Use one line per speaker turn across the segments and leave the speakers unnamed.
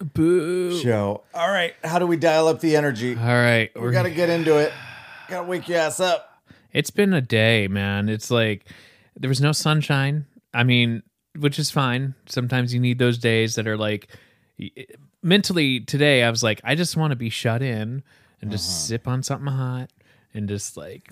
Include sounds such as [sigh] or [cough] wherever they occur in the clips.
Boo.
show. All right, how do we dial up the energy?
All right.
We
We're
got to get into it. Got to wake your ass up.
It's been a day, man. It's like there was no sunshine. I mean, which is fine. Sometimes you need those days that are like y- mentally today I was like I just want to be shut in and just sip on something hot and just like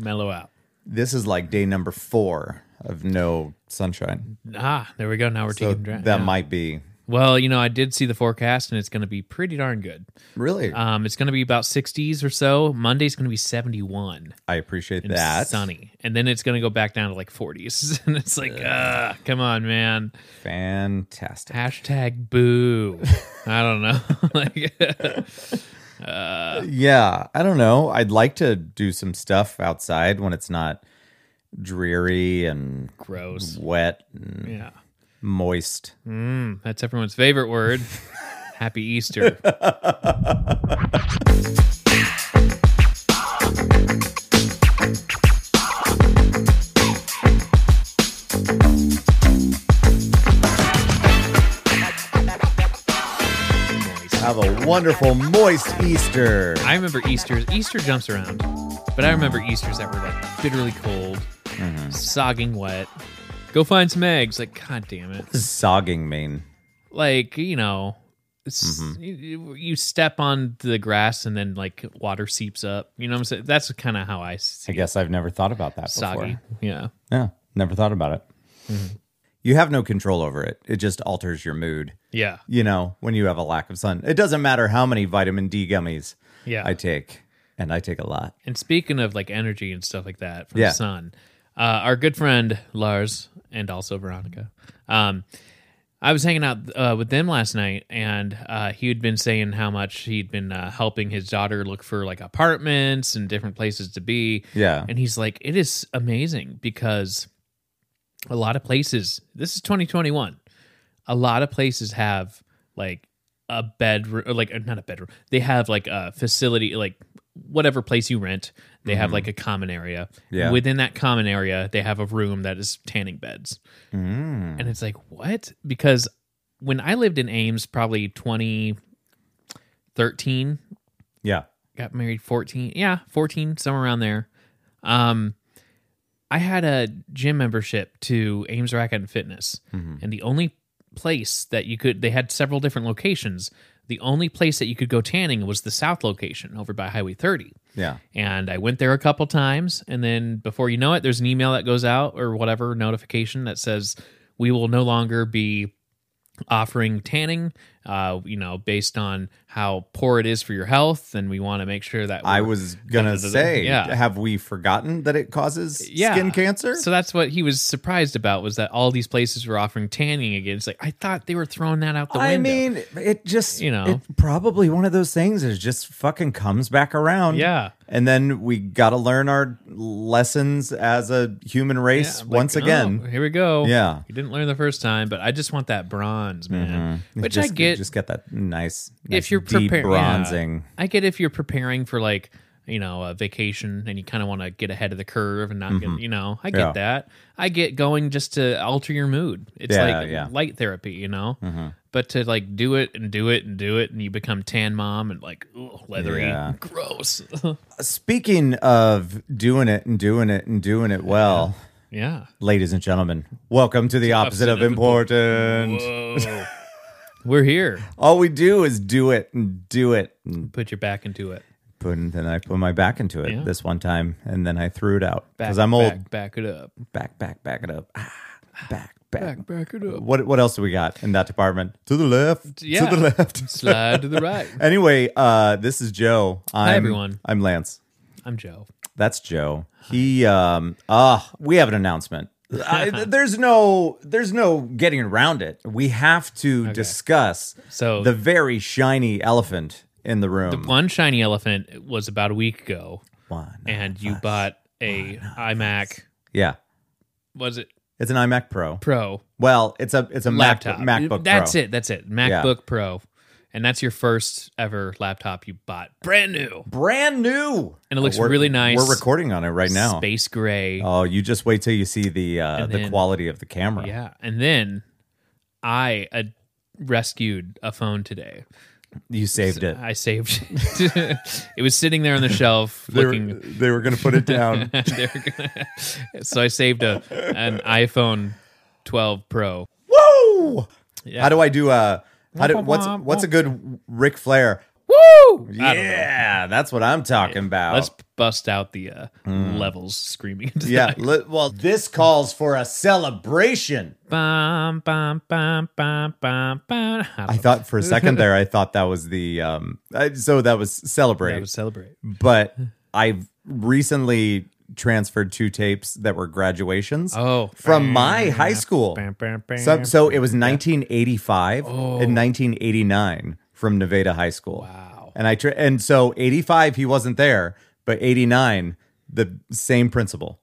mellow out.
This is like day number four of no sunshine.
Ah, there we go. Now we're
So
taking dra-
that
yeah.
might be
Well, you know, I did see the forecast and it's going to be pretty darn good.
really.
Um it's going to be about 60s or so. Monday's going to be 71.
I appreciate
and
that.
sunny, and then it's gonna go back down to like 40s, [laughs] and it's like, ah, come on, man.
Fantastic.
Hashtag boo. I don't know. [laughs] like,
Yeah, I don't know. I'd like to do some stuff outside when it's not dreary and
gross.
wet and
Yeah, Hmm,
moist.
that's everyone's favorite word. Happy Easter.
Have a wonderful moist Easter.
I remember Easter's. Easter jumps around, but I remember Easter's that were like bitterly cold,
Mm-hmm.
sogging wet. Go find some eggs. Like, god damn it.
Sogging mean.
like you know s-
Mm-hmm.
you, you step on the grass and then like water seeps up you know what i'm saying that's kind of how i
I
see
guess I've never thought about that before.
soggy yeah
Yeah, never thought about it.
Mm-hmm.
You have no control over it. It just alters your mood.
yeah
You know, when you have a lack of sun, it doesn't matter how many vitamin D gummies
yeah
I take, and I take a lot.
and speaking of like energy and stuff like that from
Yeah.
the sun uh, our good friend lars and also veronica um, i was hanging out uh, with them last night and uh, he had been saying how much he'd been uh, helping his daughter look for like apartments and different places to be
Yeah.
And he's like, it is amazing because a lot of places, this is 2021, a lot of places have like a bedroom, or like uh, not a bedroom, they have like a facility, like whatever place you rent, they have like a common area.
Mm-hmm. Yeah.
Within that common area, they have a room that is tanning beds.
Mm.
And it's like, what? Because when I lived in Ames, probably 2013,
Yeah.
got married 14 yeah 14 somewhere around there um i had a gym membership to ames racket and fitness and the only place that you could they had several different locations the only place that you could go tanning was the south location over by highway 30
Yeah.
and I went there a couple times. And then before you know it, there's an email that goes out or whatever notification that says, we will no longer be offering tanning, uh, you know, based on how poor it is for your health. And we want to make sure that
I
we're-
was
[laughs]
gonna say,
Yeah.
have we forgotten that it causes
Yeah.
skin cancer?
So that's what he was surprised about was that all these places were offering tanning again. It's like, I thought they were throwing that out the
I
window.
mean, it just
You know.
it probably one of those things is just fucking comes back around.
Yeah.
And then we got to learn our lessons as a human
Yeah,
race
I'm like,
once
oh,
again.
here we go.
Yeah.
You didn't learn the first time, but I just want that bronze, man. Which
Mm-hmm. just,
I get.
Just get that nice,
if you're
deep
preparing
bronzing.
I get if you're preparing for like you know a vacation and you kind of want to get ahead of the curve and not get you know I get
Mm-hmm. Yeah.
that I get going just to alter your mood. It's
Yeah,
like
yeah. Mm-hmm.
light therapy, you know. But to like do it and do it and do it and you become tan mom and like ugh, leathery,
Yeah.
gross. [laughs]
Speaking of doing it and doing it and doing it well,
yeah.
ladies and gentlemen, welcome to the opposite of important.
Whoa. We're here.
All we do is do it and do it and
Put your back into it.
put and then I put my back into it
Yeah.
this one time and then I threw it out
Back-
because I'm old.
Back, back it up.
Back, back, back it up.
[sighs]
Ah, back,
Back,
back.
back it up.
What what else do we got in that department? To the left.
Yeah.
To the left. [laughs]
Slide to the right.
anyway, uh, this is Joe. I'm,
everyone.
I'm Lance.
I'm Joe.
That's Joe. He um ah we have an announcement.
[laughs]
I, th- there's no there's no getting around it. We have to discuss
So-
the very shiny elephant in the room.
One shiny elephant was about a week
Oh,
ago.
One.
and you bought a
Oh,
iMac.
Yeah.
Was it
It's an iMac Pro.
Pro
Well, it's a it's a Mac,
laptop?
MacBook
That's
Pro.
it. That's it. MacBook Pro, and that's your first ever laptop you bought, brand new,
Brand new.
and it looks
Oh, We're-
really nice.
We're recording on it right now.
Space gray.
Oh, you just wait till you see the uh,
And
the
then-
quality of the camera.
Yeah, and then I uh, rescued a phone today.
You saved it.
I saved [laughs] it. it was sitting there on the
[laughs]
shelf
They
[laughs]
were,
looking.
they were going to put
[laughs]
it down.
they were gonna- [laughs] so I saved a an iPhone 12 Pro.
Woo!
Yeah.
How do I do uh how do
Womp,
what's
womp,
what's a good Ric Flair?
Woo! I don't know.
Yeah, that's what I'm talking about.
Let's [laughs] bust out the uh, levels screaming. into the
Mm. yeah, le- well, this calls for a celebration.
[laughs] Bum, bum, bum, bum, bum, bum. I,
I thought for a second there, I thought that was the um. I, so that was celebrate,
I would celebrate.
but I've recently transferred two tapes that were graduations.
Oh.
from my high school.
Bam, bam, bam. Oh.
So, so it was 1985 and 1989 from Nevada High School.
wow. [laughs]
And I tra- and so 85 he wasn't there, but 89 the same principal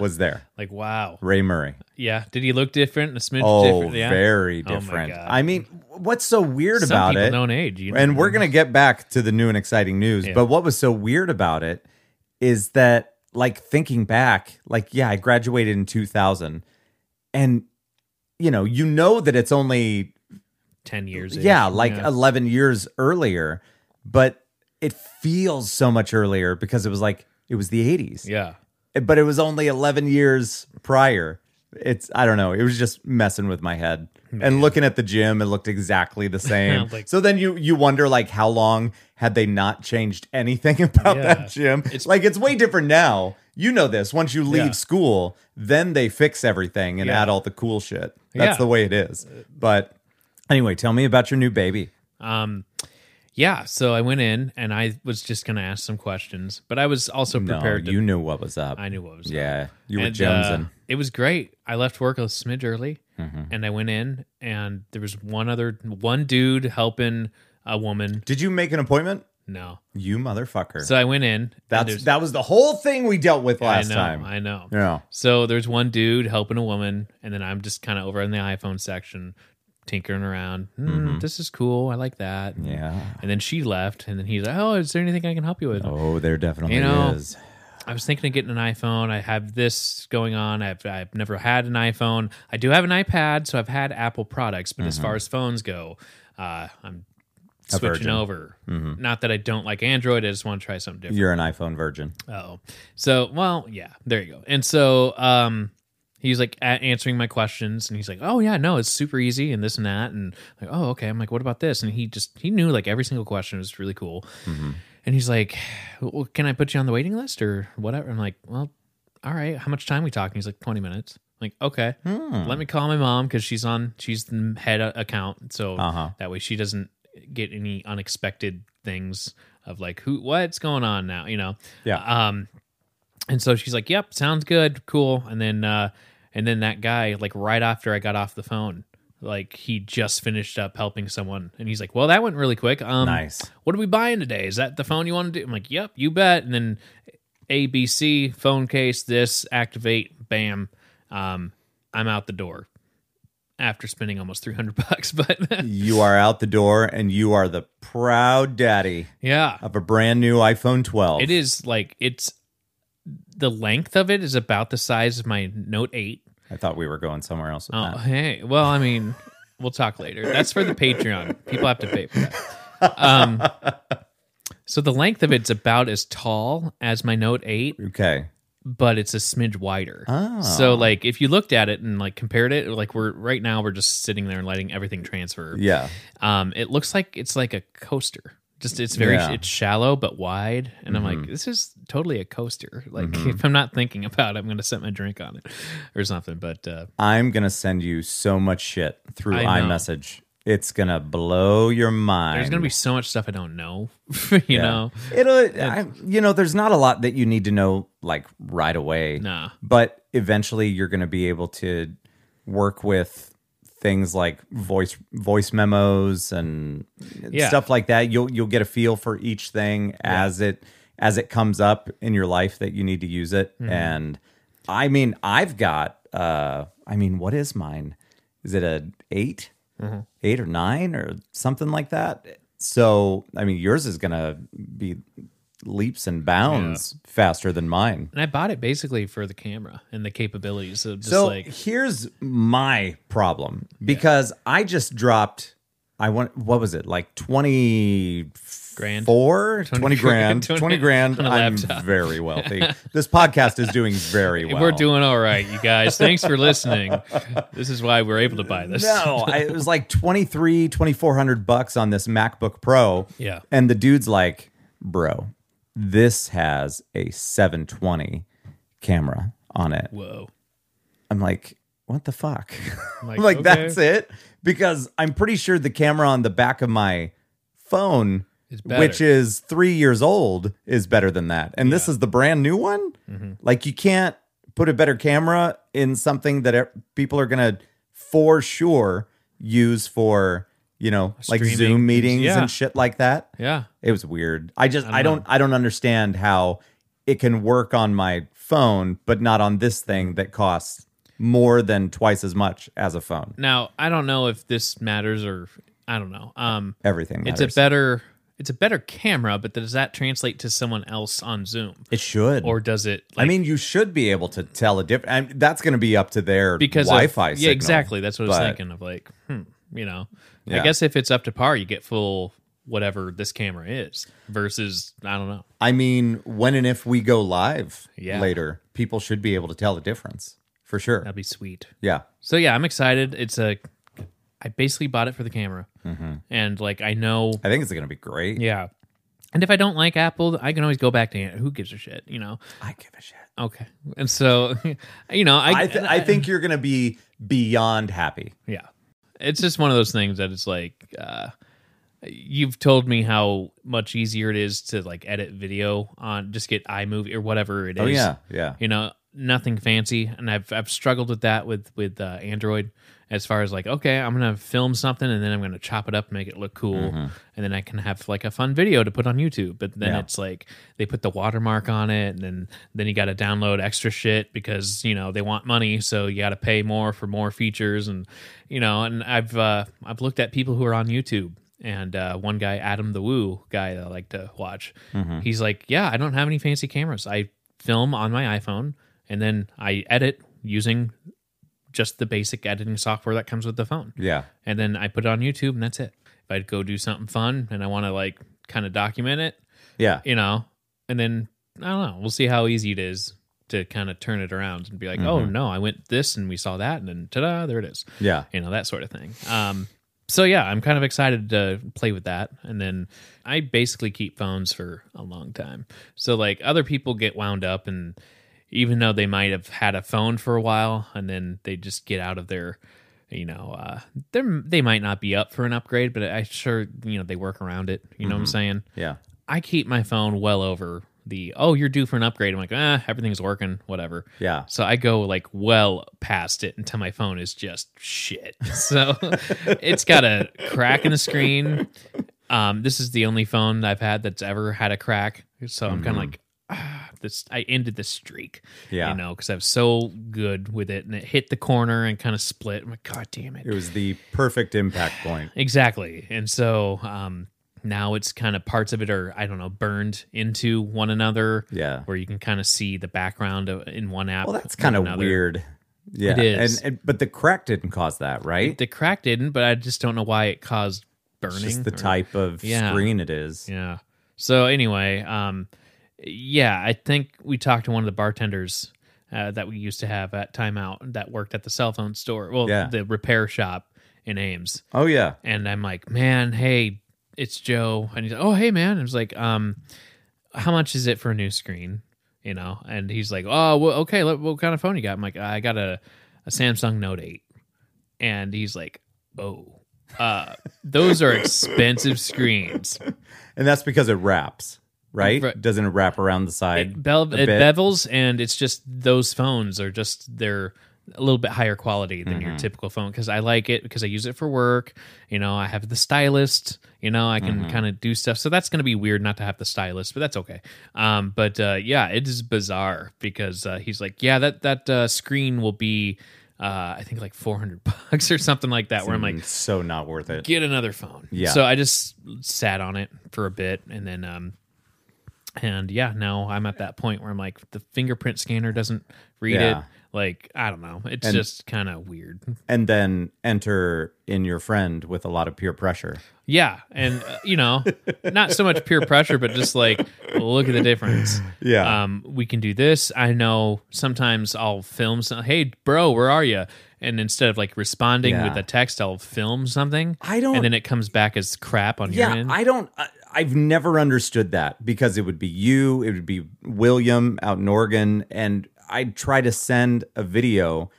was there.
Like, wow.
Ray Murray.
Yeah. Did he look different? A smidge
Oh,
different? Yeah.
very
Oh my
different.
God.
I mean, what's so weird
Some
about
people
it?
don't age. You know?
And we're going to get back to the new and exciting news, but what was so weird about it is that like thinking back, like yeah, I graduated in 2000 and you know, you know that it's only
10 years.
yeah,
age.
like
Yeah.
11 years earlier, but it feels so much earlier because it was like it was the 80s.
Yeah.
But it was only 11 years prior. It's I don't know, it was just messing with my head. And looking at the gym, it looked
[laughs]
exactly the same.
Like-
so then you you wonder like how long had they not changed anything [laughs] about
Yeah.
that gym? like it's way different now. You know this. Once you leave
Yeah.
school, then they fix everything and
Yeah.
add all the cool shit. That's
Yeah.
the way it is. But anyway, tell me about your new baby.
Um, yeah. So I went in and I was just going to ask some questions, but I was also prepared.
no,
to,
you knew what was up.
I knew what was up.
yeah, you were
And, uh,
jonesing.
it was great. I left work a smidge early,
Mm-hmm.
and I went in, and there was one other one dude helping a woman.
Did you make an appointment?
No,
You motherfucker.
so I went in. and
That's
there's-
that was the whole thing we dealt with last
I know,
time.
I know.
yeah.
So there's one dude helping a woman, and then I'm just kind of over in the iPhone section, tinkering around. Hmm, This is cool. I like that.
Mm-hmm. Yeah.
And then she left, and then he's like, "Oh, is there anything I can help you with?"
Oh, there definitely
You know,
is.
I was thinking of getting an iPhone. I have this going on. I've, I've never had an iPhone. I do have an iPad, so I've had Apple products. But as far as phones go, uh, I'm switching
virgin.
over. Not that I don't like Android. I just want to try something different.
You're an iPhone virgin.
Oh, so well, yeah. There you go. And so um, he's like a- answering my questions, and he's like, "Oh yeah, no, it's super easy, and this and that." And like, "Oh okay." I'm like, "What about this?" And he just he knew like every single question. It was really cool.
Mm-hmm.
And he's like, well, "Can I put you on the waiting list or whatever?" I'm like, "Well, all right. How much time we talking?" He's like, "20 minutes." I'm like, okay. Let me call my mom because she's on she's the head a- account, so
Uh-huh.
that way she doesn't get any unexpected things of like who what's going on now, you know.
Yeah.
Um, and so she's like, "Yep, sounds good, cool." And then, uh, and then that guy, like right after I got off the phone, like he just finished up helping someone, and he's like, "Well, that went really quick. Um,
Nice.
What are we buying today? Is that the phone you want to do?" I'm like, "Yep, you bet." And then ABC phone case, this activate, bam. Um, I'm out the door after spending almost 300 [laughs] bucks, but
You are out the door and you are the proud daddy
yeah,
of a brand new iPhone 12.
It is like it's the length of it is about the size of my Note 8.
I thought we were going somewhere else with
Oh,
that.
hey. Well, I mean, we'll talk later. That's for the Patreon. People have to pay for that. Um, so the length of it's about as tall as my Note 8,
Okay.
but it's a smidge wider.
Oh.
So like if you looked at it and like compared it, like we're right now we're just sitting there and letting everything transfer.
Yeah.
Um, it looks like it's like a coaster. Just it's very
Yeah. Mm-hmm.
it's shallow but wide, and I'm like, this is totally a coaster. Like if I'm not thinking about it, I'm gonna set my drink on it [laughs] or something. But uh,
I'm going to send you so much shit through
I know.
iMessage. It's going to blow your mind.
there's gonna be so much stuff I don't know. [laughs] you know,
It'll, I, you know, there's not a lot that you need to know like right away.
Nah.
But eventually, you're going to be able to work with things like voice voice memos and
Yeah.
stuff like that. You'll you'll get a feel for each thing as it as it comes up in your life that you need to use it. And I mean, I've got. uh I mean, what is mine? Is it a 8 eight or nine or something like that. So, I mean, yours is going to be leaps and bounds faster than mine.
And I bought it basically for the camera and the capabilities of just
So
like
here's my problem because I just dropped. I want what was it like twenty
Grand.
four
[laughs]
20,
grand.
grand twenty grand.
On a
I'm
laptop.
very wealthy.
[laughs]
this podcast is doing very well.
we're doing all right, you guys. Thanks for
[laughs]
listening. This is why we're able to buy this.
No, I, it was like 23, 2400 bucks on this MacBook Pro.
Yeah.
And the dude's like, bro, this has a 720 camera on it.
Whoa.
I'm like, what the fuck? I'm
like,
like,
okay.
that's it? Because I'm pretty sure the camera on the back of my phone,
Is better.
which is three years old, is better than that. And this is the brand new one.
Mm-hmm.
Like, you can't put a better camera in something that e- people are going to for sure use for, you know, like
Streaming.
Zoom meetings
Yeah.
and shit like that.
Yeah.
It was weird. I just I don't I don't understand how it can work on my phone but not on this thing that costs more than twice as much as a phone.
Now I don't know if this matters or I don't know. Um,
Everything
it's a
matters.
better it's a better camera, but does that translate to someone else on Zoom,
it should.
or does it?
I
Like,
mean, you should be able to tell a difference. And that's going to be up to their
because of-
Wi-Fi.
yeah,
signal.
exactly. That's what I was
but-
thinking of. Like, hmm, you know, I
Yeah.
guess if it's up to par, you get full whatever this camera is versus I don't know.
I mean, when and if we go live
Yeah.
later, people should be able to tell the difference for sure.
That'd be sweet.
Yeah.
So yeah, I'm excited. It's a I basically bought it for the camera,
Mm-hmm.
and like I know
I think it's going to be great.
yeah. And if I don't like Apple, I can always go back to who gives a shit, you know.
I give a shit.
Okay. And so, [laughs] you know, I,
I, th- I think you're going to be beyond happy.
yeah, it's just one of those things that it's like, uh, you've told me how much easier it is to like edit video on just get iMovie or whatever it is.
Oh yeah. Yeah.
You know, nothing fancy. And I've, I've struggled with that with, with, uh, Android as far as like, okay, I'm going to film something and then I'm going to chop it up, make it look cool. And then I can have like a fun video to put on YouTube. But then
Mm-hmm. Yeah.
it's like they put the watermark on it and then, then you got to download extra shit because, you know, they want money. So you got to pay more for more features. And, you know, and I've, uh, I've looked at people who are on YouTube and uh, one guy, Adam the Woo guy that I like to watch, he's like, "Yeah, I don't have any fancy cameras. I film on my iPhone, and then I edit using just the basic editing software that comes with the phone,
Yeah.
and then I put it on YouTube, and that's it. If I go do something fun and I want to like kind of document it,
Yeah.
you know, and then I don't know, we'll see how easy it is." To kind of turn it around and be like, oh no, I went this and we saw that, and then ta da, there it is
Yeah.
you know that sort of thing um so yeah i'm kind of excited to play with that and then i basically keep phones for a long time so like other people get wound up and even though they might have had a phone for a while and then they just get out of their you know uh they they might not be up for an upgrade but i sure you know they work around it you know what i'm saying
Yeah.
i keep my phone well over the oh you're due for an upgrade i'm like ah everything's working whatever
Yeah.
so I go like well past it until my phone is just shit. [laughs] So it's got a crack in the screen. Um, this is the only phone I've had that's ever had a crack. So I'm kind of like, ah, this. I ended the streak.
Mm-hmm. Yeah.
you know, because I was so good with it, and it hit the corner and kind of split. I'm like, god damn it.
It was the perfect impact point.
Exactly. And so um, now it's kind of parts of it are, I don't know, burned into one another.
Yeah.
Where you can kind of see the background of, in one app.
Well, that's
in
kind of
another.
weird. Yeah.
It is.
And, and but the crack didn't cause that, right?
The crack didn't, but I just don't know why it caused burning.
It's just the
or-
type of
Yeah.
screen it is.
Yeah. So anyway, um, yeah, I think we talked to one of the bartenders uh, that we used to have at timeout that worked at the cell phone store, well,
Yeah.
the repair shop in Ames,
Oh yeah.
and I'm like, man, hey, it's Joe, and he's like, oh, hey, man, I was like, um, how much is it for a new screen? You know, and he's like, oh, well, okay, let, what kind of phone you got? I'm like, I got a, a Samsung Note Eight, and he's like, oh, uh, those are expensive screens.
And that's because it wraps, right?
Right.
Doesn't it wrap around the side?
It, bev-
a
it
bit.
bevels, and it's just those phones are just they're a little bit higher quality than
Mm-hmm.
your typical phone because I like it because I use it for work. You know, I have the stylist. You know, I
Mm-hmm.
can kind of do stuff. So that's going to be weird not to have the stylist, but that's okay. Um, but uh, yeah, it is bizarre because uh, he's like, yeah, that that uh, screen will be. Uh, I think like 400 [laughs] bucks or something like that, where I'm like,
Mm, so not worth it.
get another phone.
Yeah.
So I just sat on it for a bit, and then um, And yeah, now I'm at that point where I'm like, the fingerprint scanner doesn't read
Yeah.
it. Like, I don't know. It's
And-
just kind of weird.
and then enter in your friend with a lot of peer pressure.
Yeah. And, uh, you know, not so much peer pressure, but just like, look at the difference.
Yeah.
Um, we can do this. I know sometimes I'll film some, hey, bro, where are you? And instead of like responding
Yeah.
with a text, I'll film something.
I don't-
And then it comes back as crap on your
yeah,
end.
I don't. I, I've never understood that because it would be you, it would be William out in Oregon, and I'd try to send a video,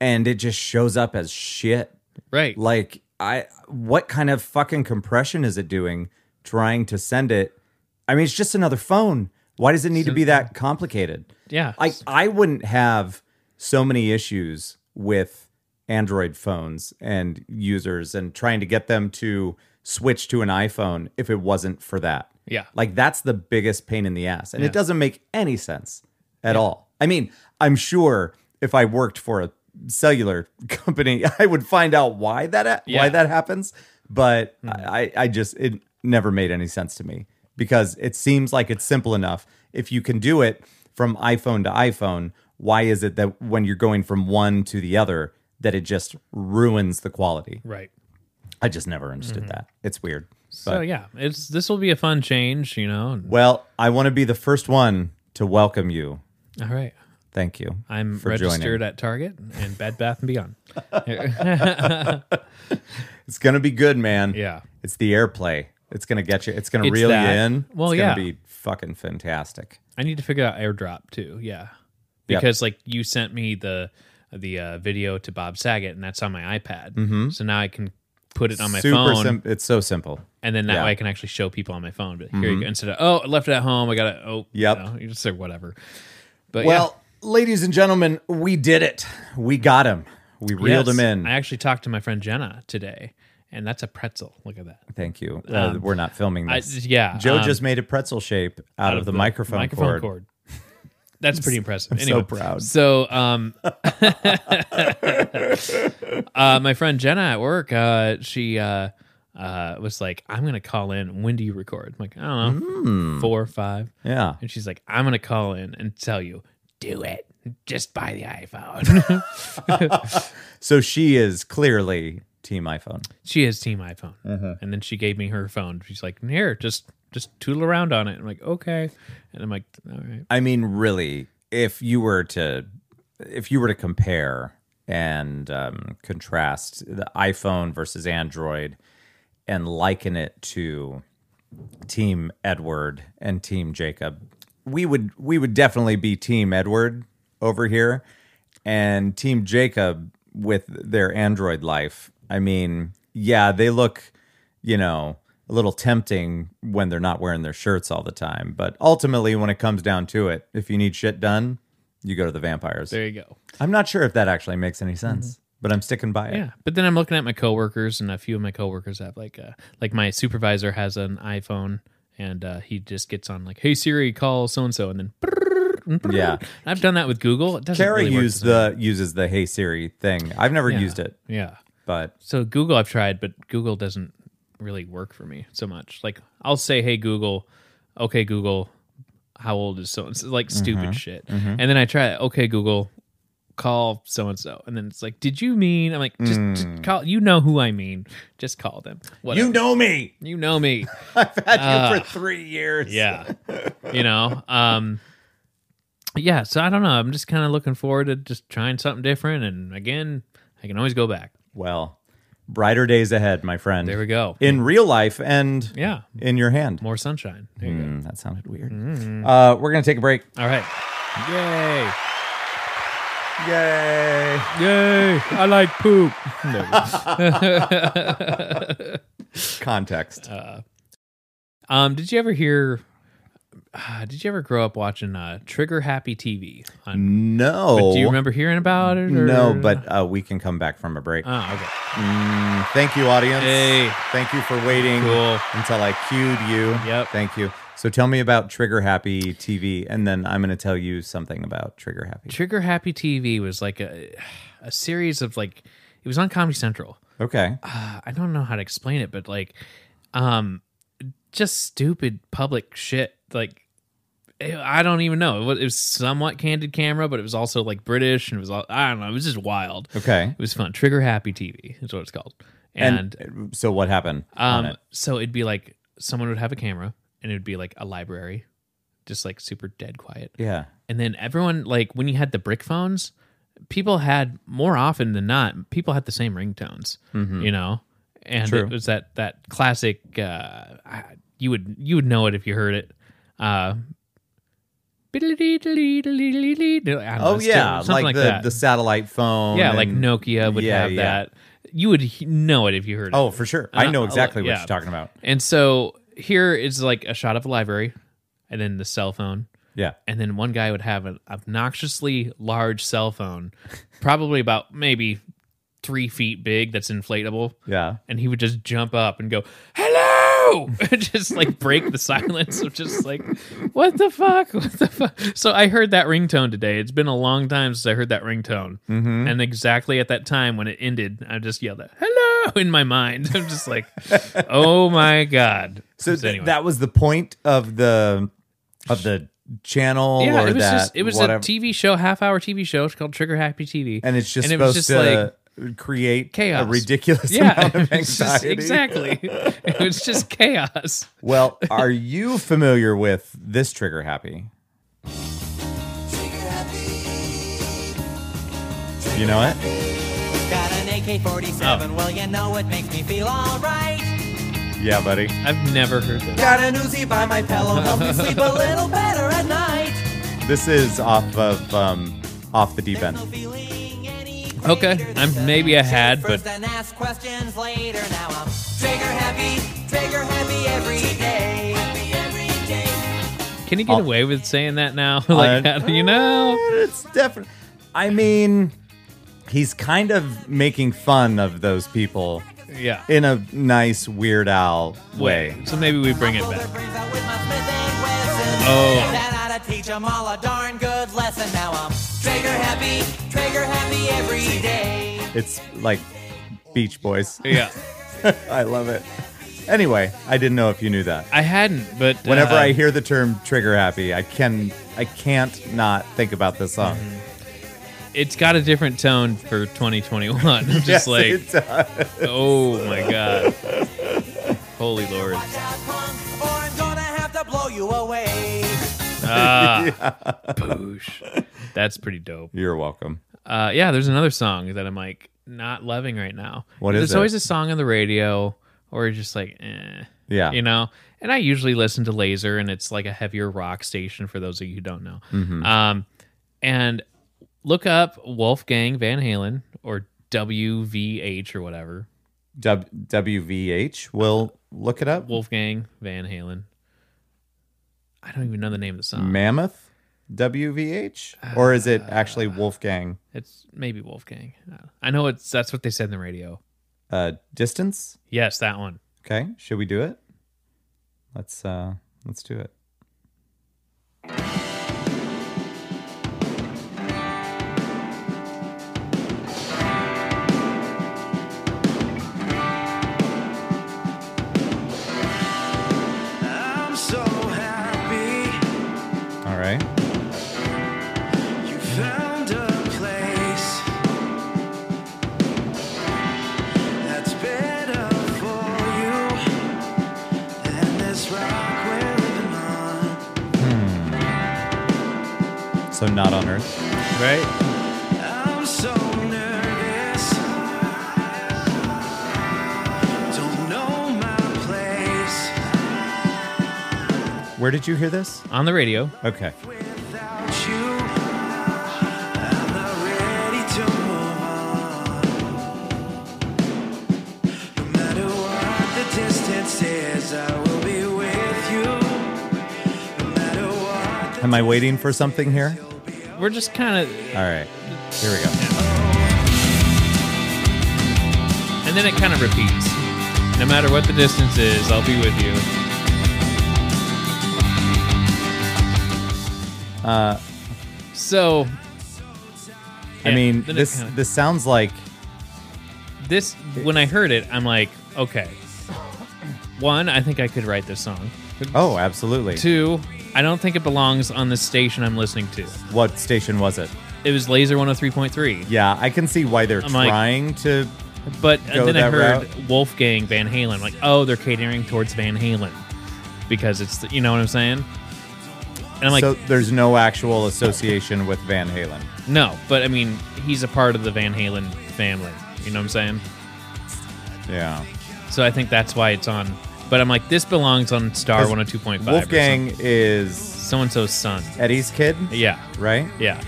and it just shows up as shit.
right.
Like, I what kind of fucking compression is it doing trying to send it? I mean, it's just another phone. Why does it need to be that complicated?
yeah.
I I wouldn't have so many issues with Android phones and users and trying to get them to switch to an iPhone if it wasn't for that.
yeah.
Like that's the biggest pain in the ass and
Yeah.
it doesn't make any sense at all. I mean, I'm sure if I worked for a cellular [laughs] company, I would find out why that ha-
Yeah. Hmm.
why that happens, but I I just it never made any sense to me because it seems like it's simple enough. If you can do it from iPhone to iPhone, why is it that when you're going from one to the other that it just ruins the quality?
Right.
I just never understood
Mm-hmm.
that. It's weird.
So yeah, it's this will be a fun change, you know. and-
Well, I want to be the first one to welcome you.
all right,
Thank you.
I'm
for
registered
joining.
at Target and Bed Bath and
[laughs]
Beyond.
It's gonna be good, man.
Yeah.
It's the airplay. It's gonna get you. It's gonna
It's
reel
that.
you in.
Well,
it's
yeah.
gonna be fucking fantastic.
I need to figure out AirDrop too. Yeah,
Yep.
because like you sent me the the uh, video to Bob Saget, and that's on my iPad. So now I can put it on my
Mm-hmm. Super
phone,
sim- It's so simple.
and then that
yeah. Mm-hmm.
way I can actually show people on my phone. But here you go. Instead of oh, I left it at home. I got to oh,
Yep.
You, know, you just say whatever. But yeah.
Well, ladies and gentlemen, we did it. We got him. We reeled
Yes.
him in.
I actually talked to my friend Jenna today, and that's a pretzel. Look at that.
Thank you. Uh, we're not filming
um, I,
this.
yeah,
Joe
um,
just made a pretzel shape out, of the, microphone, cord.
[laughs] That's pretty impressive.
so
anyway,
proud.
So, um, [laughs] uh, my friend Jenna at work, uh, she uh, uh, was like, "I'm gonna call in. When do you record?" I'm like, "I don't know,
Hmm.
four or five.
Yeah.
And she's like, "I'm gonna call in and tell you, do it. Just buy the iPhone." [laughs]
So she is clearly team iPhone.
she has team iPhone,
Mm-hmm.
and then she gave me her phone. She's like, "Here, just just tootle around on it." I'm like, "Okay," and I'm like, "All right."
I mean, really, if you were to if you were to compare and um, contrast the iPhone versus Android and liken it to Team Edward and Team Jacob, we would we would definitely be Team Edward over here and Team Jacob with their Android life. I mean, yeah, they look you know, a little tempting when they're not wearing their shirts all the time. But ultimately, when it comes down to it, if you need shit done, you go to the vampires.
There you go.
I'm not sure if that actually makes any sense, but I'm sticking by it.
Yeah, but then I'm looking at my coworkers, and a few of my coworkers have like, uh, like my supervisor has an iPhone, and uh, he just gets on like, "Hey Siri, call so and so," and then.
Yeah.
I've done that with Google. It doesn't
Kara
really work
used
the same.
the uses the Hey Siri thing. I've never used it,
Yeah.
but
So Google, I've tried, but Google doesn't really work for me so much. Like I'll say, "Hey Google," "Okay Google," "How old is so and so?" Like stupid shit, and then I try, it, "Okay Google." Call so and so, and then it's like, did you mean? I'm like, just, just call. You know who I mean. Just call them. Whatever.
you know me.
You know me.
I've had you for three years.
Ah. Yeah. you know. Um Yeah, so I don't know. I'm just kind of looking forward to just trying something different and again, I can always go back.
Well, brighter days ahead, my friend.
There we go.
In real life and
yeah.
in your hand.
More sunshine. There you Mm.
Mm, that sounded weird. Uh, we're gonna take a break.
go. All right. Yay.
Yay!
Yay. I like
[laughs]
poop. There we go.
Context.
[laughs] Uh, um did you ever hear uh, did you ever grow up watching uh, Trigger Happy TV? On,
No.
Do you remember hearing about it? Or?
No, but uh, we can come back from a break.
Oh, okay.
Mm, thank you, audience.
Hey.
Thank you for waiting
Cool.
until I cued you.
Yep.
Thank you. So tell me about Trigger Happy TV, and then I'm going to tell you something about Trigger Happy.
Trigger Happy TV was like a a series of like it was on Comedy Central.
Okay.
uh, I don't know how to explain it, but like, um, just stupid public shit. Like I don't even know. It was, it was somewhat candid camera, but it was also like British and it was all, I don't know. It was just wild.
Okay.
It was fun. Trigger happy TV is what it's called. And,
And, so what happened? on
um,
it?
so it'd be like someone would have a camera and it would be like a library, just like super dead quiet.
Yeah.
And then everyone like when you had the brick phones, people had more often than not people had the same ringtones. You know, and
Mm-hmm. True.
it was that that classic. Uh, I- you would you would know it if you heard it. Uh,
Oh
oh
yeah, like, the
that.
the satellite phone.
yeah, like
and-
Nokia would
Yeah,
have
yeah.
that. You would he- know it if you heard it.
Oh, for sure. I
Uh,
know
uh,
exactly what
yeah.
you're talking about.
And so here is like a shot of a library, and then the cell phone,
Yeah.
and then one guy would have an obnoxiously large cell phone, probably about maybe three feet big, that's inflatable.
Yeah.
And he would just jump up and go, "Hello!" [laughs] and just like break the silence of just like, "What the fuck? What the fuck?" So I heard that ringtone today. It's been a long time since I heard that ringtone,
Mhm.
and exactly at that time when it ended, I just yelled, out, "Hello!" in my mind. [laughs] I'm just like, "Oh my god!"
So th- that was the point of the of the channel
yeah,
or
it was
that
just it was
whatever.
a TV show, half hour TV show. It's called Trigger Happy TV,
and it's just
and it was
supposed
just
to create
chaos.
a ridiculous
yeah,
amount
[laughs]
of
it's just-
anxiety. [laughs]
exactly. it was just chaos.
Well, are you familiar with this trigger happy?
Trigger happy.
You know it?
Got an
Oh.
AK-47. Well, you know it makes me feel alright.
Yeah, buddy.
I've never heard that.
Got an Uzi by my pillow. Help me sleep a little better at night.
This is off of um off the deep
There's
end.
no feeling any
Okay,
greater
I'm-
than
maybe I had,
First
but-
and ask questions later. Now I'm trigger happy, trigger happy every day. Happy every day.
Can you get
Oh.
away with saying that now? [laughs] like,
Uh,
how do you know?
It's definitely. I mean, he's kind of making fun of those people
Yeah.
in a nice Weird Al way.
Wait. So maybe we bring it
Blow their
back.
brains out with my Smith and Wesson.
Oh.
That ought to teach 'em all a darn good lesson. Now I'm trigger happy, trigger happy every day.
It's like Beach Boys. [laughs]
Yeah.
I love it. Anyway, I didn't know if you knew that.
I hadn't, but uh,
Whenever I hear the term trigger happy, I can I can't not think about this song.
it's got a different tone for 2021. [laughs] I'm just
Yes,
like,
it does.
oh my god, holy lord!
Watch out, punk, or I'm gonna have to blow you away.
Ah, boosh. That's pretty dope.
You're welcome.
Uh, yeah, there's another song that I'm like not loving right now.
What
there's
is
always
it?
a song on the radio, or just like, eh,
Yeah.
you know. And I usually listen to Laser, and it's like a heavier rock station for those of you who don't know.
Mm-hmm.
Um, and look up Wolfgang Van Halen or WVH or whatever.
W- WVH. We'll look it up.
Wolfgang Van Halen. I don't even know the name of the song.
Mammoth WVH? Or is it actually
Uh,
Wolfgang
It's maybe Wolfgang. Uh, I know it's that's what they said in the radio.
uh, Distance?
Yes, that one.
Okay, should we do it? Let's uh let's do it.
I'm so happy
All right.
you found a place that's better for you than this rock we're living on.
So not on Earth.
Right?
I'm so nervous. Don't know my place
Where did you hear this?
On the radio.
Okay.
without you. I'm not ready to move on. No matter what the distance is, I will be with you. No matter what the
Am I waiting for something here?
We're just kind of,
All right. Here we go.
and then it kind of repeats. No matter what the distance is, I'll be with you.
Uh,
So,
I
yeah,
mean,
then it
this
kinda-
this sounds like
this when I heard it, I'm like, okay. One, I think I could write this song.
oh, absolutely.
Two, I don't think it belongs on the station I'm listening to.
What station was it?
It was Laser 103.3.
Yeah, I can see why they're
I'm like-
trying to.
But and
Go
then I
that
heard
route.
Wolfgang Van Halen. I'm like, oh, they're catering towards Van Halen because it's, the, you know what I'm saying? And I'm like,
so there's no actual association with Van Halen.
no, but I mean, he's a part of the Van Halen family. You know what I'm saying?
Yeah.
So I think that's why it's on. But I'm like, this belongs on Star 102.5. or
Wolfgang is
So and so's son.
Eddie's kid,
Yeah.
right?
Yeah.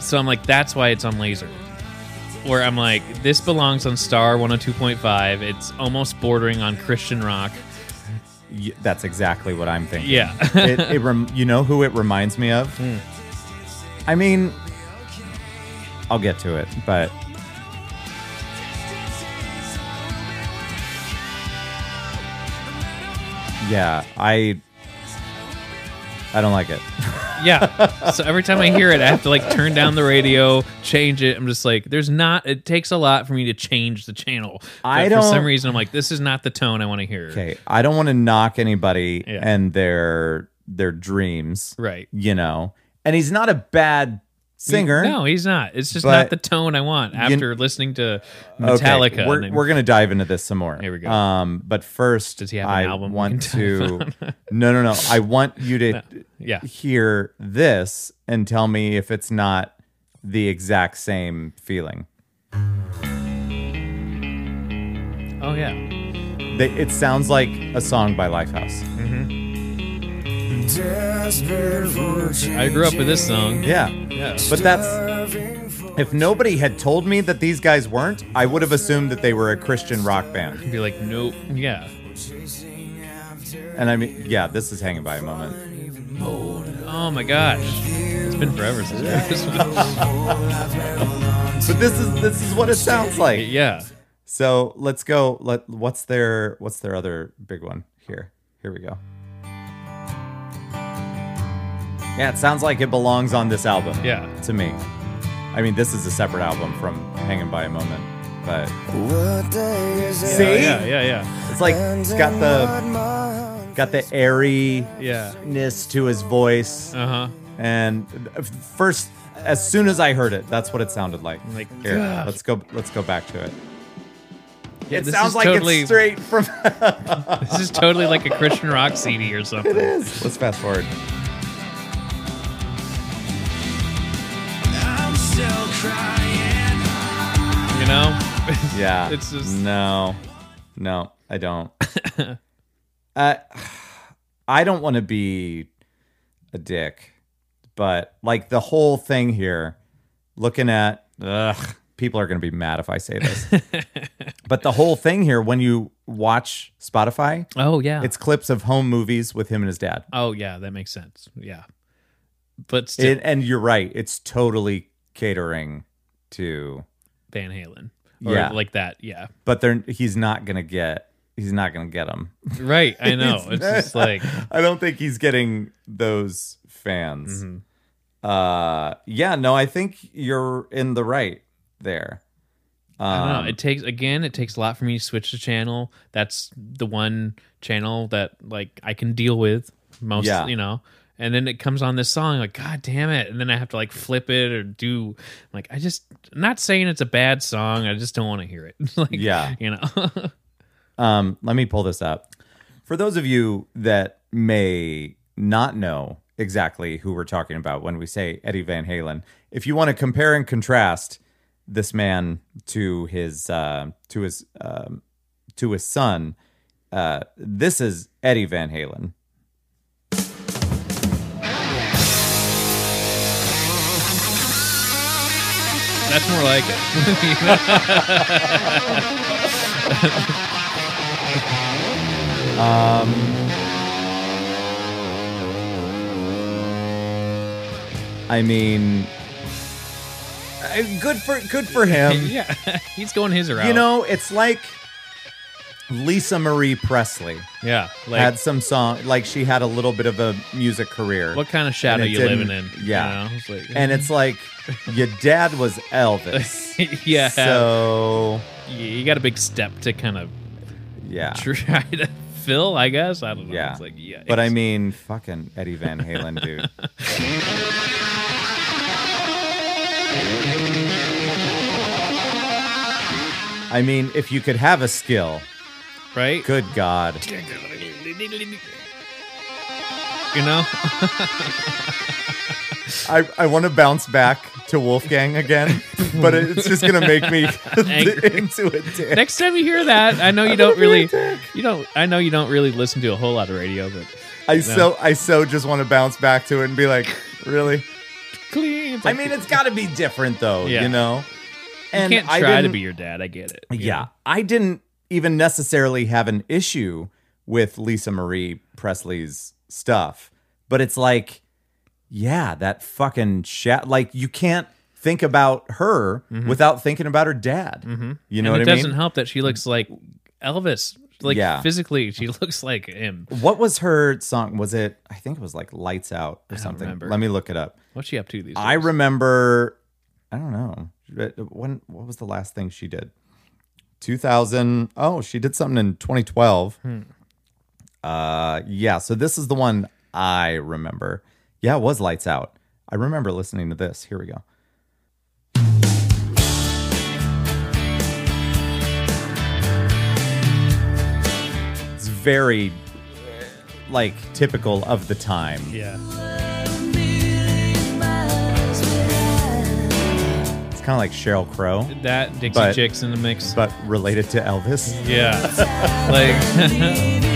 So I'm like, that's why it's on laser. Where I'm like, this belongs on Star 102.5. It's almost bordering on Christian rock.
Y- that's exactly what I'm thinking.
Yeah. Hmm. [laughs]
it, it rem- you know who it reminds me of? I mean, I'll get to it, but yeah, I I don't like it.
yeah. So every time I hear it, I have to like turn down the radio, change it. I'm just like, there's not, it takes a lot for me to change the channel. But
I
For some
don't-
reason, I'm like, this is not the tone I want to hear.
Okay, I don't want to knock anybody
Yeah.
and their their dreams,
Right.
you know. And he's not a bad singer.
No, he's not. It's just
But-
not the tone I want after listening to Metallica.
Okay, we're,
and-
we're gonna dive into this some more.
Here we go.
Um, but first,
Does he have an
I
album we
want
can
to. [laughs] no, no, no. I want you
[laughs]
to
yeah.
hear this and tell me if it's not the exact same feeling.
Oh, yeah.
They, it sounds like a song by Lifehouse.
Desperate for change.
I grew up with this song.
Yeah,
Yeah.
but that's if nobody had told me that these guys weren't, I would have assumed that they were a Christian rock band.
be like, nope. Yeah.
And I mean, yeah, this is hanging by a moment.
Oh my gosh. It's been forever since we heard this one.
[laughs] But this is this is what it sounds like.
Yeah.
So let's go. Let what's their what's their other big one here? Here we go. Yeah, it sounds like it belongs on this album.
Yeah.
to me. I mean, this is a separate album from "Hanging by a Moment," but
What day is it?
See?
Oh, Yeah, yeah, yeah.
it's like it's got the got the airiness
Yeah.
to his voice,
Uh huh.
and f- first, as soon as I heard it, that's what it sounded like.
Like,
Here,
God.
let's go. Let's go back to it.
Yeah,
it
this
sounds
is
like
totally-
it's straight from. [laughs]
This is totally like a Christian rock CD or something.
Let's fast forward.
I'm still crying.
You know? [laughs]
Yeah.
It's just-
no, no, I don't. [laughs] uh, [sighs] I don't want to be a dick, but like the whole thing here, looking at, ugh, people are going to be mad if I say this. [laughs] but the whole thing here, when you watch Spotify,
[laughs] oh yeah.
it's clips of home movies with him and his dad.
oh yeah, that makes sense. Yeah. But still
It, and you're right, it's totally catering to,
Van Halen. Or
Yeah.
like that, yeah.
but they're he's not going to get. He's not going to get them.
Right,
[laughs]
I know. it's just like
I don't think he's getting those fans.
mm-hmm.
Uh, yeah, no, I think you're in the right there.
I
Um,
don't know. It takes again, it takes a lot for me to switch the channel. That's the one channel that like I can deal with most,
Yeah.
you know. And then it comes on this song, like God damn it! And then I have to like flip it or do like I just I'm not saying it's a bad song. I just don't want to hear it. [laughs] like
Yeah.
you know. [laughs]
Um, let me pull this up. For those of you that may not know exactly who we're talking about when we say Eddie Van Halen, if you want to compare and contrast this man to his uh, to his um, to his son, uh, this is Eddie Van Halen.
That's more like it.
I mean, I- Uh, good for good for
[laughs]
him.
yeah, he's going his route.
You know, it's like Lisa Marie Presley
yeah. Like
had some song, like she had a little bit of a music career,
what kind of shadow
and it
you living in?
didn't- yeah.
you know? It's like-
and it's like your dad was Elvis.
[laughs] yeah,
So
you got a big step to kind of
Yeah.
try [laughs] to fill, I guess. I don't know.
Uh, Yeah.
It's like, yeah.
But I mean, fucking Eddie Van
[laughs]
Halen, dude. I mean, if you could have a skill,
right?
good God.
You know?
I, I want to bounce back to Wolfgang again, but it's just going to make me
[laughs] Angry.
[laughs] into a dick.
Next time you hear that, I know
[laughs]
you don't really, you don't. I know you don't really listen to a whole lot of radio, but
I so I so just want to bounce back to it and be like, really?
clean. It's
I
like,
mean, it's got to be different though,
Yeah.
you know. And
you can't
I
try to
didn't-
be your dad. I get it. you
Yeah,
know?
I didn't even necessarily have an issue with Lisa Marie Presley's stuff, but it's like, yeah, that fucking chat. Like, you can't think about her without thinking about her dad. You know
Mm-hmm. and it
what I
doesn't
mean?
help that she looks like Elvis. Like
Yeah.
physically, she [laughs] looks like him.
What was her song? Was it? I think it was like "Lights Out" or something.
remember.
Let me look it up.
What's she up to these days?
I remember. I don't know. But When? What was the last thing she did? 2000. Oh, she did something in 2012. Uh, yeah. So this is the one I remember. Yeah, it was Lights Out. I remember listening to this. Here we go. It's very like typical of the time.
yeah.
It's kind of like Cheryl Crow.
That Dixie
But-
Chicks in the mix.
but related to Elvis.
yeah. like [laughs]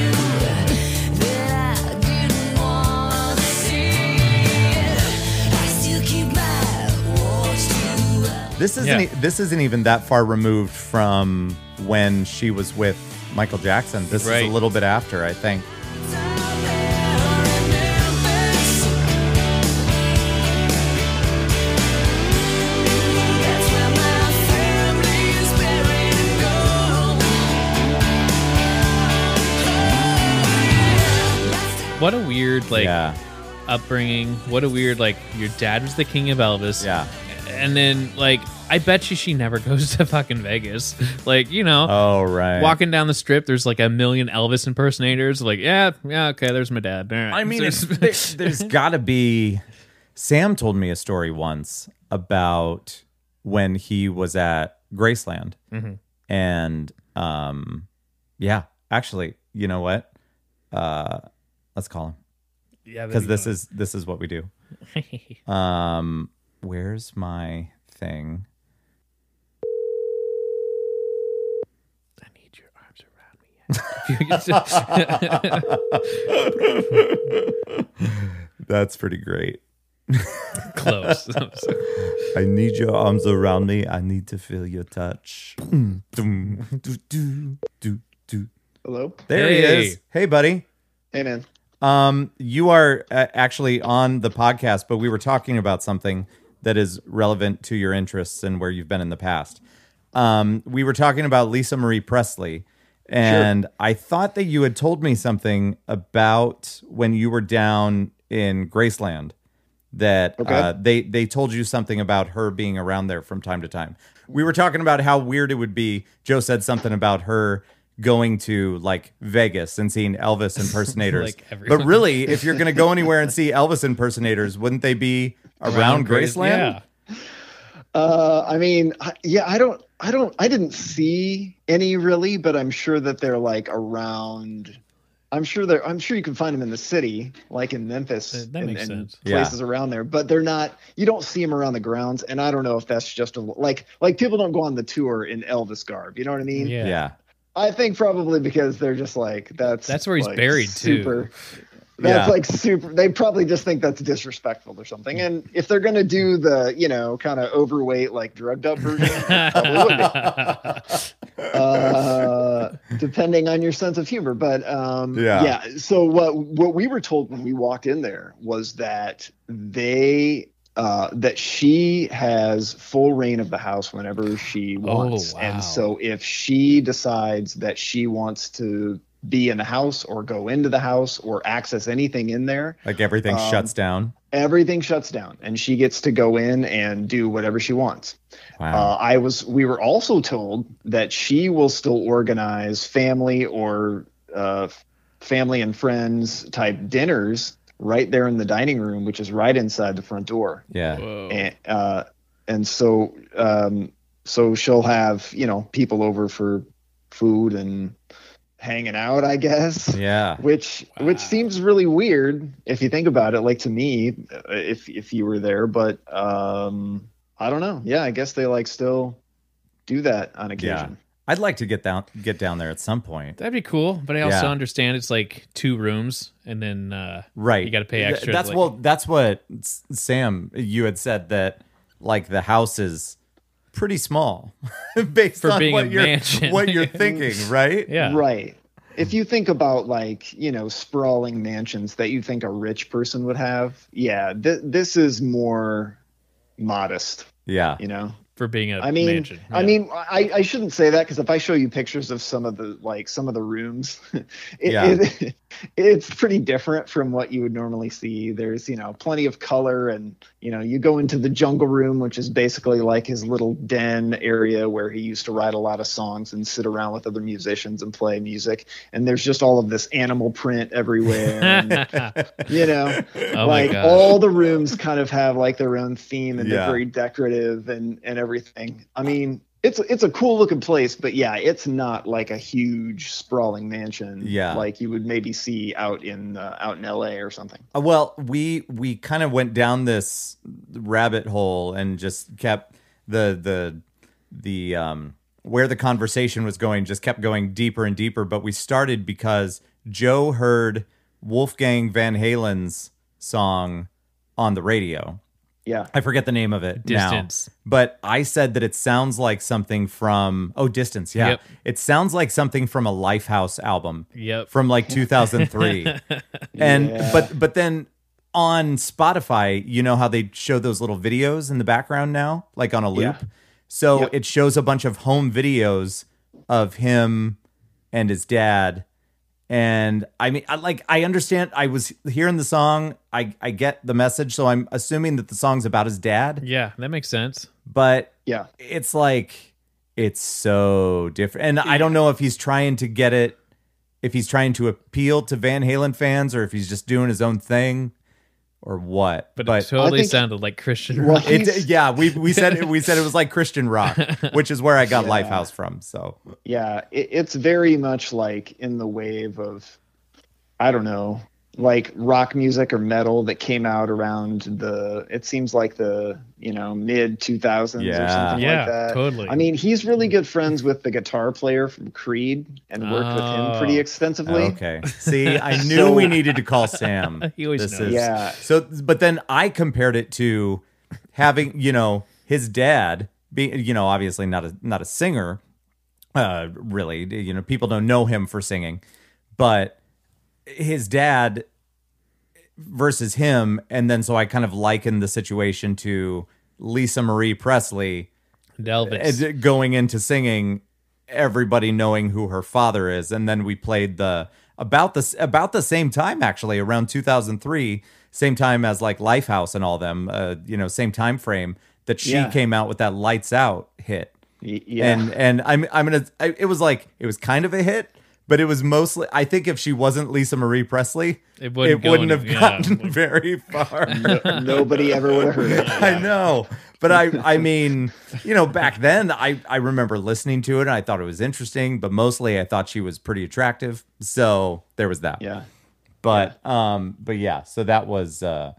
This isn't e,
Yeah.
this isn't even that far removed from when she was with Michael Jackson. This
Right.
is a little bit after, I think.
what a weird like
yeah,
upbringing. What a weird like your dad was the king of Elvis.
yeah.
And then like I bet you she never [laughs] goes to fucking Vegas. Like, you know,
Oh right.
walking down the strip, there's like a million Elvis impersonators. Like, yeah, yeah, okay, there's my dad. All right.
I mean, it's,
[laughs] There's-
there, has got to be. Sam told me a story once about when he was at Graceland,
Mm-hmm.
and um, yeah. Actually, you know what? Uh, let's call him
yeah,
because this is this is what
[laughs]
we do. Um, where's my thing?
I need your arms [laughs]
[laughs]
around me.
That's pretty great.
Close. [laughs]
I need your arms around me. I need to feel your [clears throat] touch. Boom, boom, doo, doo, doo, doo.
Hello.
There
Hey.
he is. Hey, buddy.
Hey man.
Um, you are uh, actually on the podcast, but we were talking about something that is relevant to your interests and where you've been in the past. Um, we were talking about Lisa Marie Presley, and I thought that you had told me something about when you were down in Graceland that
Okay.
uh, they they told you something about her being around there from time to time. We were talking about how weird it would be. Joe said something about her going to like Vegas and seeing Elvis impersonators.
Like
but
everyone.
really, if you're going to go anywhere and see Elvis impersonators, wouldn't they be around, Graceland?
Uh, I mean, I, yeah, I don't, I don't, I didn't see any really, but I'm sure that they're like around. I'm sure they're. I'm sure you can find them in the city, like in Memphis,
That- that
and,
makes
and
sense.
Yeah.
places around there. But they're not. You don't see them around the grounds, and I don't know if that's just a like like people don't go on the tour in Elvis garb. You know what I mean?
Yeah.
Yeah.
I think probably because they're just like that's
That's where he's
like,
buried, too.
super, That's
Yeah.
like super. They probably just think that's disrespectful or something. And if they're gonna do the you know kind of overweight like drugged up version,
[laughs]
Yeah. [laughs]
uh, depending on your sense of humor. But um,
Yeah.
yeah. So what what we were told when we walked in there was that they uh, that she has full reign of the house whenever she wants,
wow.
and so if she decides that she wants to be in the house or go into the house or access anything in there
Like everything
Um,
shuts down.
everything shuts down and she gets to go in and do whatever she wants.
Wow.
Uh, I was. We were also told that she will still organize family or uh, f- family and friends type dinners right there in the dining room, which is right inside the front door.
yeah.
Whoa.
And uh, and so um, so she'll have you know people over for food and hanging out, I guess
Yeah.
which which
Wow.
seems really weird if you think about it like to me uh, if if you were there but um i don't know yeah i guess they like still do that on occasion
I'd like to get down get down there at some point.
That'd be cool, but I also
Yeah.
understand it's like two rooms, and then uh,
Right.
you got to pay
Th-
extra.
That's
like-
well that's what S- Sam you had said that like the house is pretty small [laughs] based
For
on
being a
what you're
mansion.
what
[laughs]
you're thinking, right?
yeah, Hmm.
right if you think about like you know sprawling mansions that you think a rich person would have yeah th- this is more modest
Yeah.
you know
for being a
I mean,
mansion.
I
Yeah.
mean, I, I shouldn't say that because if I show you pictures of some of the like some of the rooms, [laughs] it,
Yeah.
it- it's pretty different from what you would normally see. There's you know plenty of color, and you know you go into the jungle room, which is basically like his little den area where he used to write a lot of songs and sit around with other musicians and play music. And there's just all of this animal print
[laughs]
everywhere. and,
[laughs]
you know,
oh
like
my god,
all the rooms kind of have like their own theme and
Yeah.
they're very decorative and and everything. I mean, it's it's a cool looking place, but yeah, it's not like a huge sprawling mansion
Yeah.
like you would maybe see out in uh, out in LA or something.
Uh, Well, we we kind of went down this rabbit hole and just kept the the the um where the conversation was going just kept going deeper and deeper, but we started because Joe heard Wolfgang Van Halen's song on the radio.
Yeah.
I forget the name of it
Distance.
now. But I said that it sounds like something from oh distance, yeah.
Yep.
It sounds like something from a Lifehouse album
yep,
from like 2003 and
Yeah.
but but then on spotify you know how they show those little videos in the background now like on a loop
Yeah.
so
Yep.
it shows a bunch of home videos of him and his dad and i mean i like i understand i was hearing the song i i get the message so i'm assuming that the song's about his dad
[laughs] yeah, that makes sense.
but
Yeah.
it's like it's so different and i don't know if he's trying to get it if he's trying to appeal to van halen fans or if he's just doing his own thing or what
But, it totally
think-
sounded like Christian.
Well,
rock.
it-
he's-
yeah we, we said it, we said it was like christian rock which is where i got
Yeah.
lifehouse from so
Yeah, it, it's very much like in the wave of, I don't know, like rock music or metal that came out around the. It seems like the you know mid two thousands or
Yeah.
something
yeah,
like that.
totally.
I mean, he's really good friends with the guitar player from Creed and worked with him
Oh.
pretty
[laughs]
extensively.
okay see i knew
So-
we needed to call sam
He always knows.
Yeah.
so but then i compared it to having you know his dad being you know obviously not a not a singer uh really you know people don't know him for singing but his dad versus him and then so i kind of liken the situation to lisa marie presley
[laughs] Delvis.
and going into singing everybody knowing who her father is and then we played the about the about the same time actually around 2003 same time as like lifehouse and all them uh, you know same time frame that she
Yeah.
came out with that lights out hit
Y- Yeah.
and and i'm i'm gonna I, it was like it was kind of a hit but it was mostly i think if she wasn't lisa marie presley
It wouldn't go
wouldn't
any-
have
yeah,
gotten
wouldn't-
[laughs] very far
[laughs] Nobody ever would have
[laughs]
heard it.
I know. But I I mean, you know, back then I I remember listening to it and I thought it was interesting, but mostly I thought she was pretty attractive. So there was that.
Yeah.
But um but yeah, so that was uh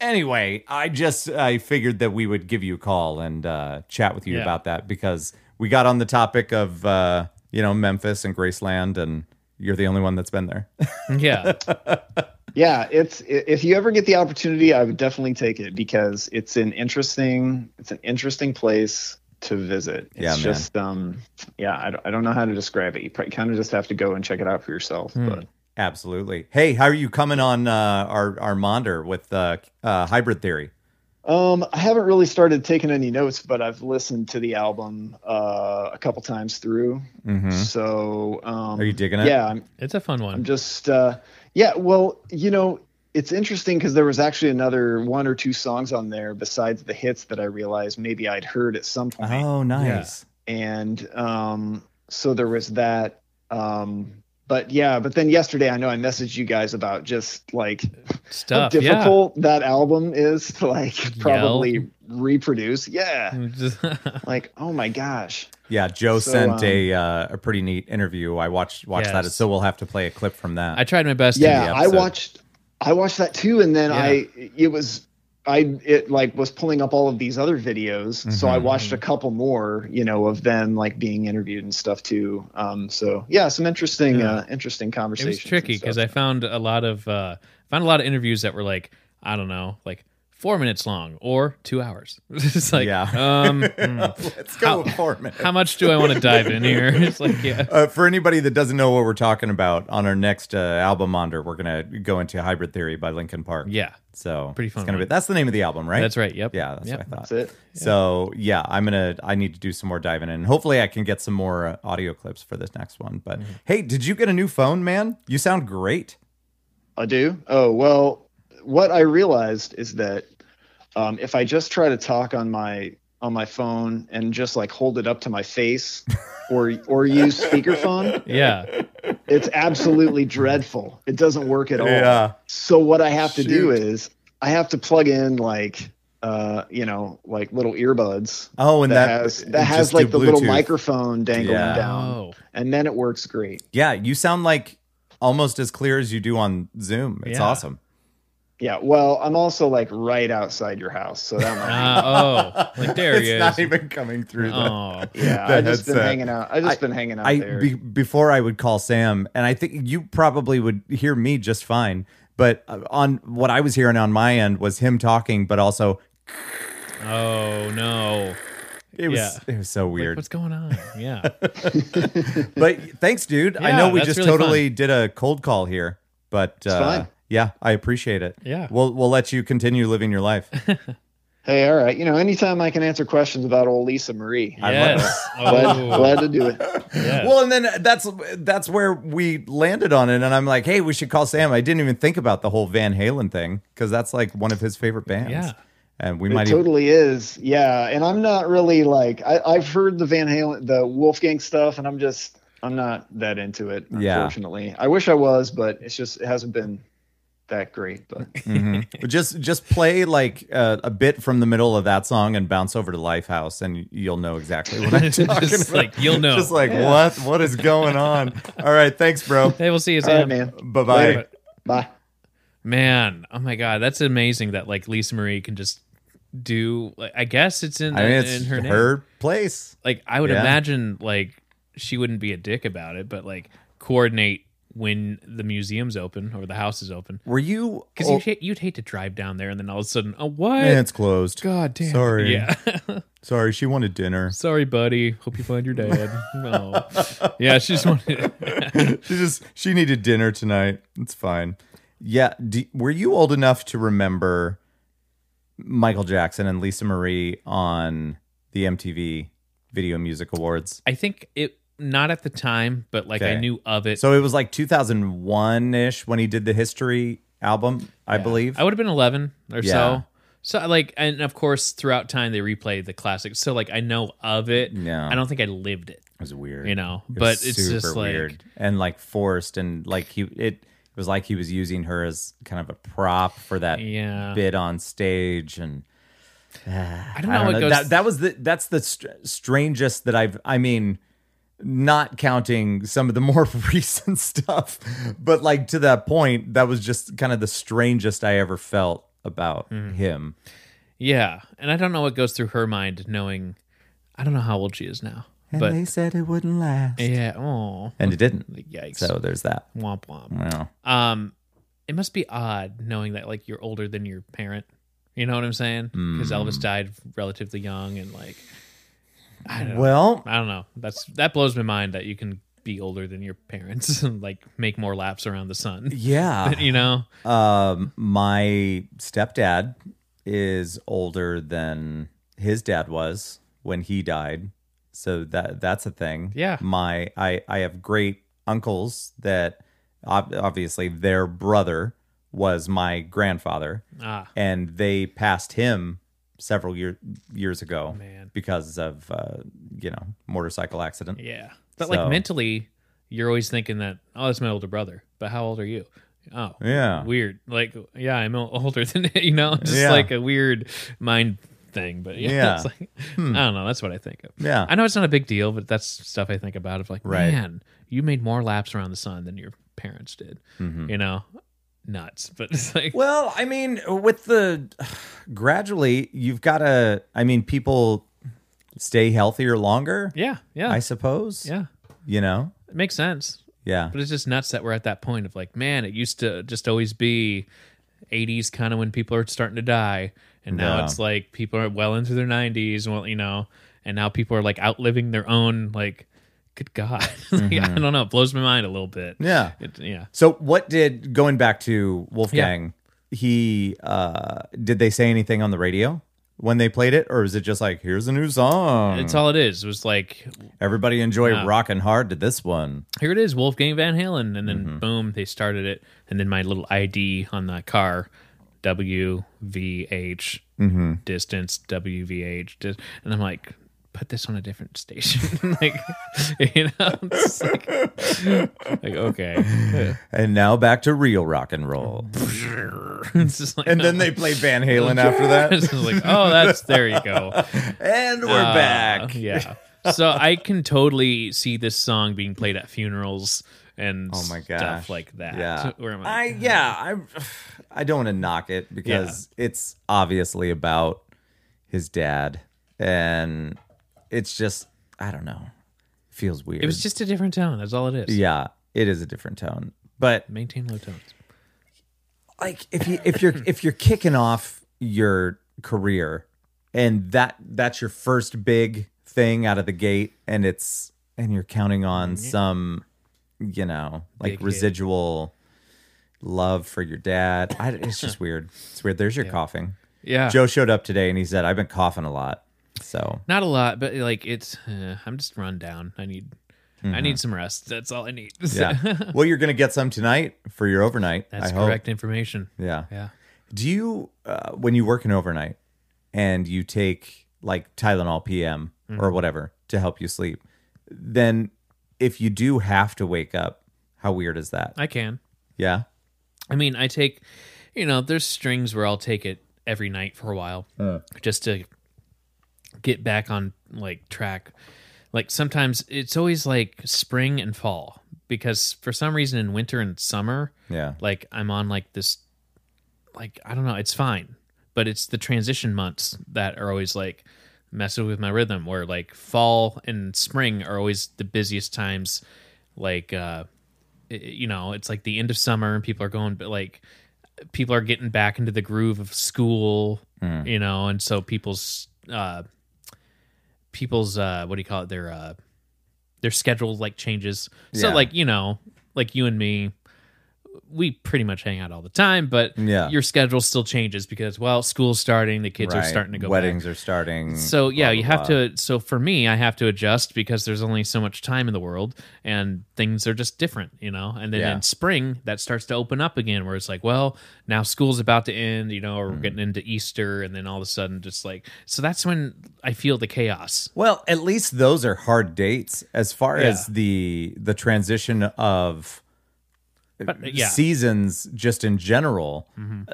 anyway, I just I figured that we would give you a call and uh chat with you
Yeah.
about that because we got on the topic of uh you know, Memphis and Graceland and you're the only one that's been there.
[laughs] yeah,
Yeah, it's i- if you ever get the opportunity, I would definitely take it because it's an interesting it's an interesting place to visit. It's
Yeah, man.
just um yeah, I don't, I don't know how to describe it. You probably kind of just have to go and check it out for yourself,
Hmm.
but
Absolutely. Hey, how are you coming on uh, our our monitor with uh, uh, hybrid theory?
Um, I haven't really started taking any notes, but I've listened to the album uh, a couple times through. So, um,
Hmm. Are you digging it?
Yeah, [laughs] I'm,
it's a fun one.
I'm just uh, yeah. Well, you know, it's interesting because there was actually another one or two songs on there besides the hits that I realized maybe I'd heard at some point.
Oh, nice.
and um, so there was that. Um, but yeah, but then yesterday I know I messaged you guys about just like
Stuff.
how
yeah.
difficult that album is to like probably reproduce. Yeah, like oh my gosh,
Yeah, Joe
So,
sent
um,
a uh, a pretty neat interview. I watched watched that,
Yes.
so we'll have to play a clip from
[laughs]
that. [laughs]
I tried my best.
yeah.
To,
I
episode.
watched, I watched that too, and then
Yeah.
I it was. I it like was pulling up all of these other videos,
Mm-hmm,
so I watched a couple more, you know, of them like being interviewed and stuff too. Um, so yeah, some interesting, uh, interesting
it
conversations.
was tricky
and stuff.
because I found a lot of uh, found a lot of interviews that were like I don't know, like four minutes long or two hours. [laughs] it's like,
Yeah. [laughs]
um, hmm,
Let's go for a minute.
how much do I want
[laughs]
to dive in here? [laughs] It's like, yeah,
uh, for anybody that doesn't know what we're talking about, on our next uh, album under, we're gonna go into Hybrid Theory by Linkin Park.
yeah,
so
Pretty fun
It's gonna be,
one.
that's the name of the album, right?
that's right. Yep.
Yeah, that's
yep.
what I thought.
That's it.
So yeah, I'm gonna. I need to do some more diving in. Hopefully, I can get some more uh, audio clips for this next one. But
Mm-hmm.
hey, did you get a new phone, man? You sound great.
I do. Oh well, what I realized is that um, if I just try to talk on my on my phone and just like hold it up to my face, or
[laughs]
or use speakerphone,
Yeah.
it's absolutely dreadful. It doesn't work at all. So what I have to do is I have to plug in like uh you know like little earbuds
Oh, and
that,
that
has
just
that has
do
like the little
Bluetooth.
microphone dangling
Yeah.
down,
Oh,
and then it works great.
Yeah, you sound like almost as clear as you do on Zoom. It's
Yeah.
awesome.
Yeah. Well, I'm also like right outside your house, so that
[laughs]
might.
uh, oh, [laughs] like there
it's
he
not
is.
even coming through. the- [laughs]
Oh,
Yeah,
the
I just been
headset.
hanging out. I just
I-
been hanging out
I
there.
be, before I would call Sam, and I think you probably would hear me just fine. But uh, on what I was hearing on my end was him talking, but also
oh no.
it was
Yeah.
it was so
Like,
weird.
what's going on? Yeah.
[laughs] but thanks, dude. I
Yeah,
know we
that's
just
really
totally did a cold call here, but uh,
fine.
yeah, I appreciate it.
Yeah.
we'll we'll let you continue living your life.
hey, all right. You know, anytime I can answer questions about old Lisa Marie, I'm
yes.
glad,
Oh,
glad to do it.
yes.
Well, and then that's that's where we landed on it, and I'm like, hey, we should call Sam. I didn't even think about the whole Van Halen thing because that's like one of his favorite bands.
Yeah.
and we
It
might e-, [laughs] even,
totally is. Yeah, and I'm not really like I, I've heard the Van Halen, the Wolfgang stuff, and I'm just I'm not that into it.
Yeah.
Unfortunately, I wish I was, but it's just it hasn't been that great. But
Mhm. just just play like uh, a bit from the middle of that song and bounce over to Lifehouse, and you'll know
[laughs]
exactly what I'm
Just
talking about.
like, you'll know.
Just like what what is going on? All right, thanks,
[laughs]
bro.
hey, we'll see you,
all right,
Sam.
man.
Bye bye.
Later. Bye.
Man, oh my god, that's amazing that like Lisa Marie can just do. Like, I guess it's in,
I mean, it's
in
her,
her name.
place.
Like I would
Yeah.
imagine, like she wouldn't be a dick about it, but like coordinate when the museum's open or the house is open.
Were you?
Because
oh,
you'd, hate- you'd hate to drive down there and then all of a sudden, oh what?
eh, it's closed.
God damn. it.
Sorry.
Yeah. [laughs]
Sorry, she wanted dinner.
Sorry, buddy. Hope you find your dad. No. Yeah, she just wanted.
[laughs] she just she needed dinner tonight. It's fine. Yeah, do, were you old enough to remember Michael Jackson and Lisa Marie on the MTV Video Music Awards?
I think it not at the time, but like I
Okay.
knew of it.
So it was like 2001 ish when he did the History album, I believe.
I would have been 11 or
Yeah.
so. So like and of course throughout time they replay the classics. So like I know of it.
Yeah.
I don't think I lived it.
It was weird,
You know,
It was
but it's just like-
and like forced and like he it, it was like he was using her as kind of a prop for that
Yeah.
bit on stage and
I don't know what goes
That, that was the that's the str- strangest that I've. I mean, not counting some of the more [laughs] recent stuff, but like to that point, that was just kind of the strangest I ever felt about
Mm-hmm.
him.
Yeah. And I don't know what goes through her mind knowing I don't know how old she is now.
And
but
they said it wouldn't last,
yeah, oh.
and it didn't.
Yikes.
So mm. there's that.
womp womp.
Yeah.
Um it must be odd knowing that like you're older than your parent. You know what I'm saying? Cuz
Mm.
Elvis died relatively young and like I don't know. [laughs]
Well,
I don't know. That's that blows my mind that you can be older than your parents [laughs] and like make more laps around the sun. [laughs]
yeah.
you know?
Um, my stepdad is older than his dad was when he died, so that that's a thing.
Yeah.
my I I have great uncles that ob- obviously their brother was my grandfather,
Ah,
and they passed him several years years ago
Man.
because of uh, you know motorcycle accident.
yeah. But
So-
like mentally, you're always thinking that, oh, that's my older brother. But how old are you? Oh,
Yeah.
weird. Like, yeah, I'm o- [laughs] older than you know, just
Yeah.
like a weird mind thing. But yeah, [laughs]
Yeah. Hmm.
it's like, I don't know. That's what I think of.
Yeah.
I know it's not a big deal, but that's stuff I think about. Of like,
Right.
man, you made more laps around the sun than your parents did. You know, nuts. [laughs] But it's like,
Mm-hmm. Well, I mean, with the [sighs] gradually, you've got to. I mean, people stay healthier longer.
yeah, yeah,
I suppose.
yeah.
You know.
It makes sense.
Yeah.
But it's just nuts that we're at that point of like, man, it used to just always be 80s kind of when people are starting to die. And now
Yeah.
it's like people are well into their 90s, well, you know, and now people are like outliving their own, like, good God. [laughs] like, I don't know. It blows my mind a little bit.
Mm-hmm. Yeah.
It, yeah.
So, what did going back to Wolfgang? He uh, did they say anything on the radio when they played it, or is it just like here's a new song?
It's all it is. It was like,
Everybody enjoy rocking hard to this one.
here it is, Wolfgang Van Halen. And then
Mm-hmm.
boom, they started it. And then my little ID on the car, WVH,
Mm-hmm.
distance, WVH. dis- And I'm like, put this on a different station. [laughs] like, you know, it's like, like, okay. [laughs]
And now back to real rock and roll.
it's just like, [laughs]
And then they played Van Halen after
it's
that,
[laughs] just like, oh, that's, there you
[laughs]
go.
and we're
Uh,
back.
Yeah. So I can totally see this song being played at funerals and
Oh my gosh.
stuff like that.
Yeah.
Where am
I
I?
yeah, I'm [sighs] I don't want to knock it because it's obviously about his dad and it's just I don't know. Feels weird.
it was just a different tone. That's all it is.
Yeah, it is a different tone. But
Maintain low tones.
like if you if you're if you're kicking off your career and that that's your first big thing out of the gate and it's and you're counting on some you know like
Big hit.
residual love for your dad I,
[laughs]
it's just weird it's weird there's your coughing
Yeah.
joe showed up today and he said i've been coughing a lot so
Not a lot, but like it's uh, I'm just run down. I need I need some rest. That's all I need. [laughs]
mm-hmm. yeah well you're gonna get some tonight for your overnight
That's
I hope.
correct information.
yeah
Yeah.
Do you, uh, when you work an overnight and you take like Tylenol PM
Mm-hmm.
or whatever to help you sleep, then if you do have to wake up, how weird is that?
I can.
yeah.
I mean, I take, you know, there's strings where I'll take it every night for a while
Mm.
just to get back on like track. Like sometimes it's always like spring and fall because for some reason in winter and summer,
Yeah.
like I'm on like this, like I don't know, it's fine, but it's the transition months that are always like messing with my rhythm. Where like fall and spring are always the busiest times. Like, uh, i- you know, it's like the end of summer and people are going, but like people are getting back into the groove of school,
Hmm.
you know, and so people's uh, people's uh, what do you call it? Their uh, their schedule like changes. So
Yeah.
like you know, like you and me, we pretty much hang out all the time, but
Yeah.
your schedule still changes because well, school's starting, the kids are
Right.
starting to go
Weddings
back.
are starting.
So yeah,
blah,
you
blah,
have
blah.
to. So for me, I have to adjust because there's only so much time in the world, and things are just different, you know. And then
Yeah.
in spring, that starts to open up again, where it's like, well, now school's about to end, you know, or we're
Mm-hmm.
getting into Easter, and then all of a sudden, just like, so that's when I feel the chaos.
Well, at least those are hard dates as far
Yeah.
as the the transition of
But uh, yeah, Mm-hmm.
seasons just in general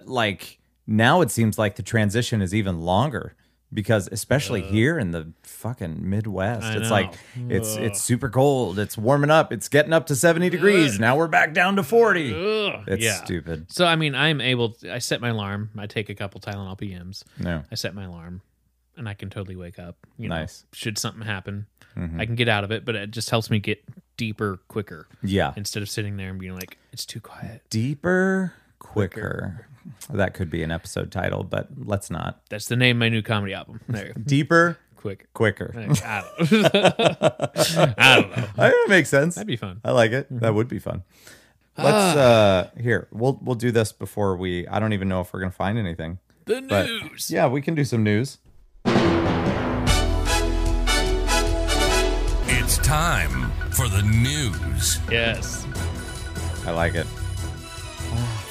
like now it seems like the transition is even longer because especially here in the fucking midwest
Uh. I
it's
know. Uh.
like it's it's super cold it's warming up it's getting up to 70 degrees now we're back down to 40
Ugh, Uh.
it's
yeah.
stupid
So I mean, I'm able. I set my alarm. I take a couple Tylenol PMs.
no
I set my alarm, and I can totally wake up. You
Nice. Hmm.
Know, should something happen,
Mm-hmm.
I can get out of it. But it just helps me get deeper quicker
yeah
instead of sitting there and being like, "It's too quiet."
deeper quicker that could be an episode title but let's not
That's the name of my new comedy album.
[laughs]
There,
deeper
quick.
quicker
Like, I don't, [laughs] I don't know.
I- that makes sense
That'd be Mm-hmm. Ah. fun.
I like it. That would be fun. Let's uh here. We'll we'll do this before we I don't even know if we're gonna find anything.
The
But
news.
yeah, we can do some news.
It's time for the news.
Yes.
I like it.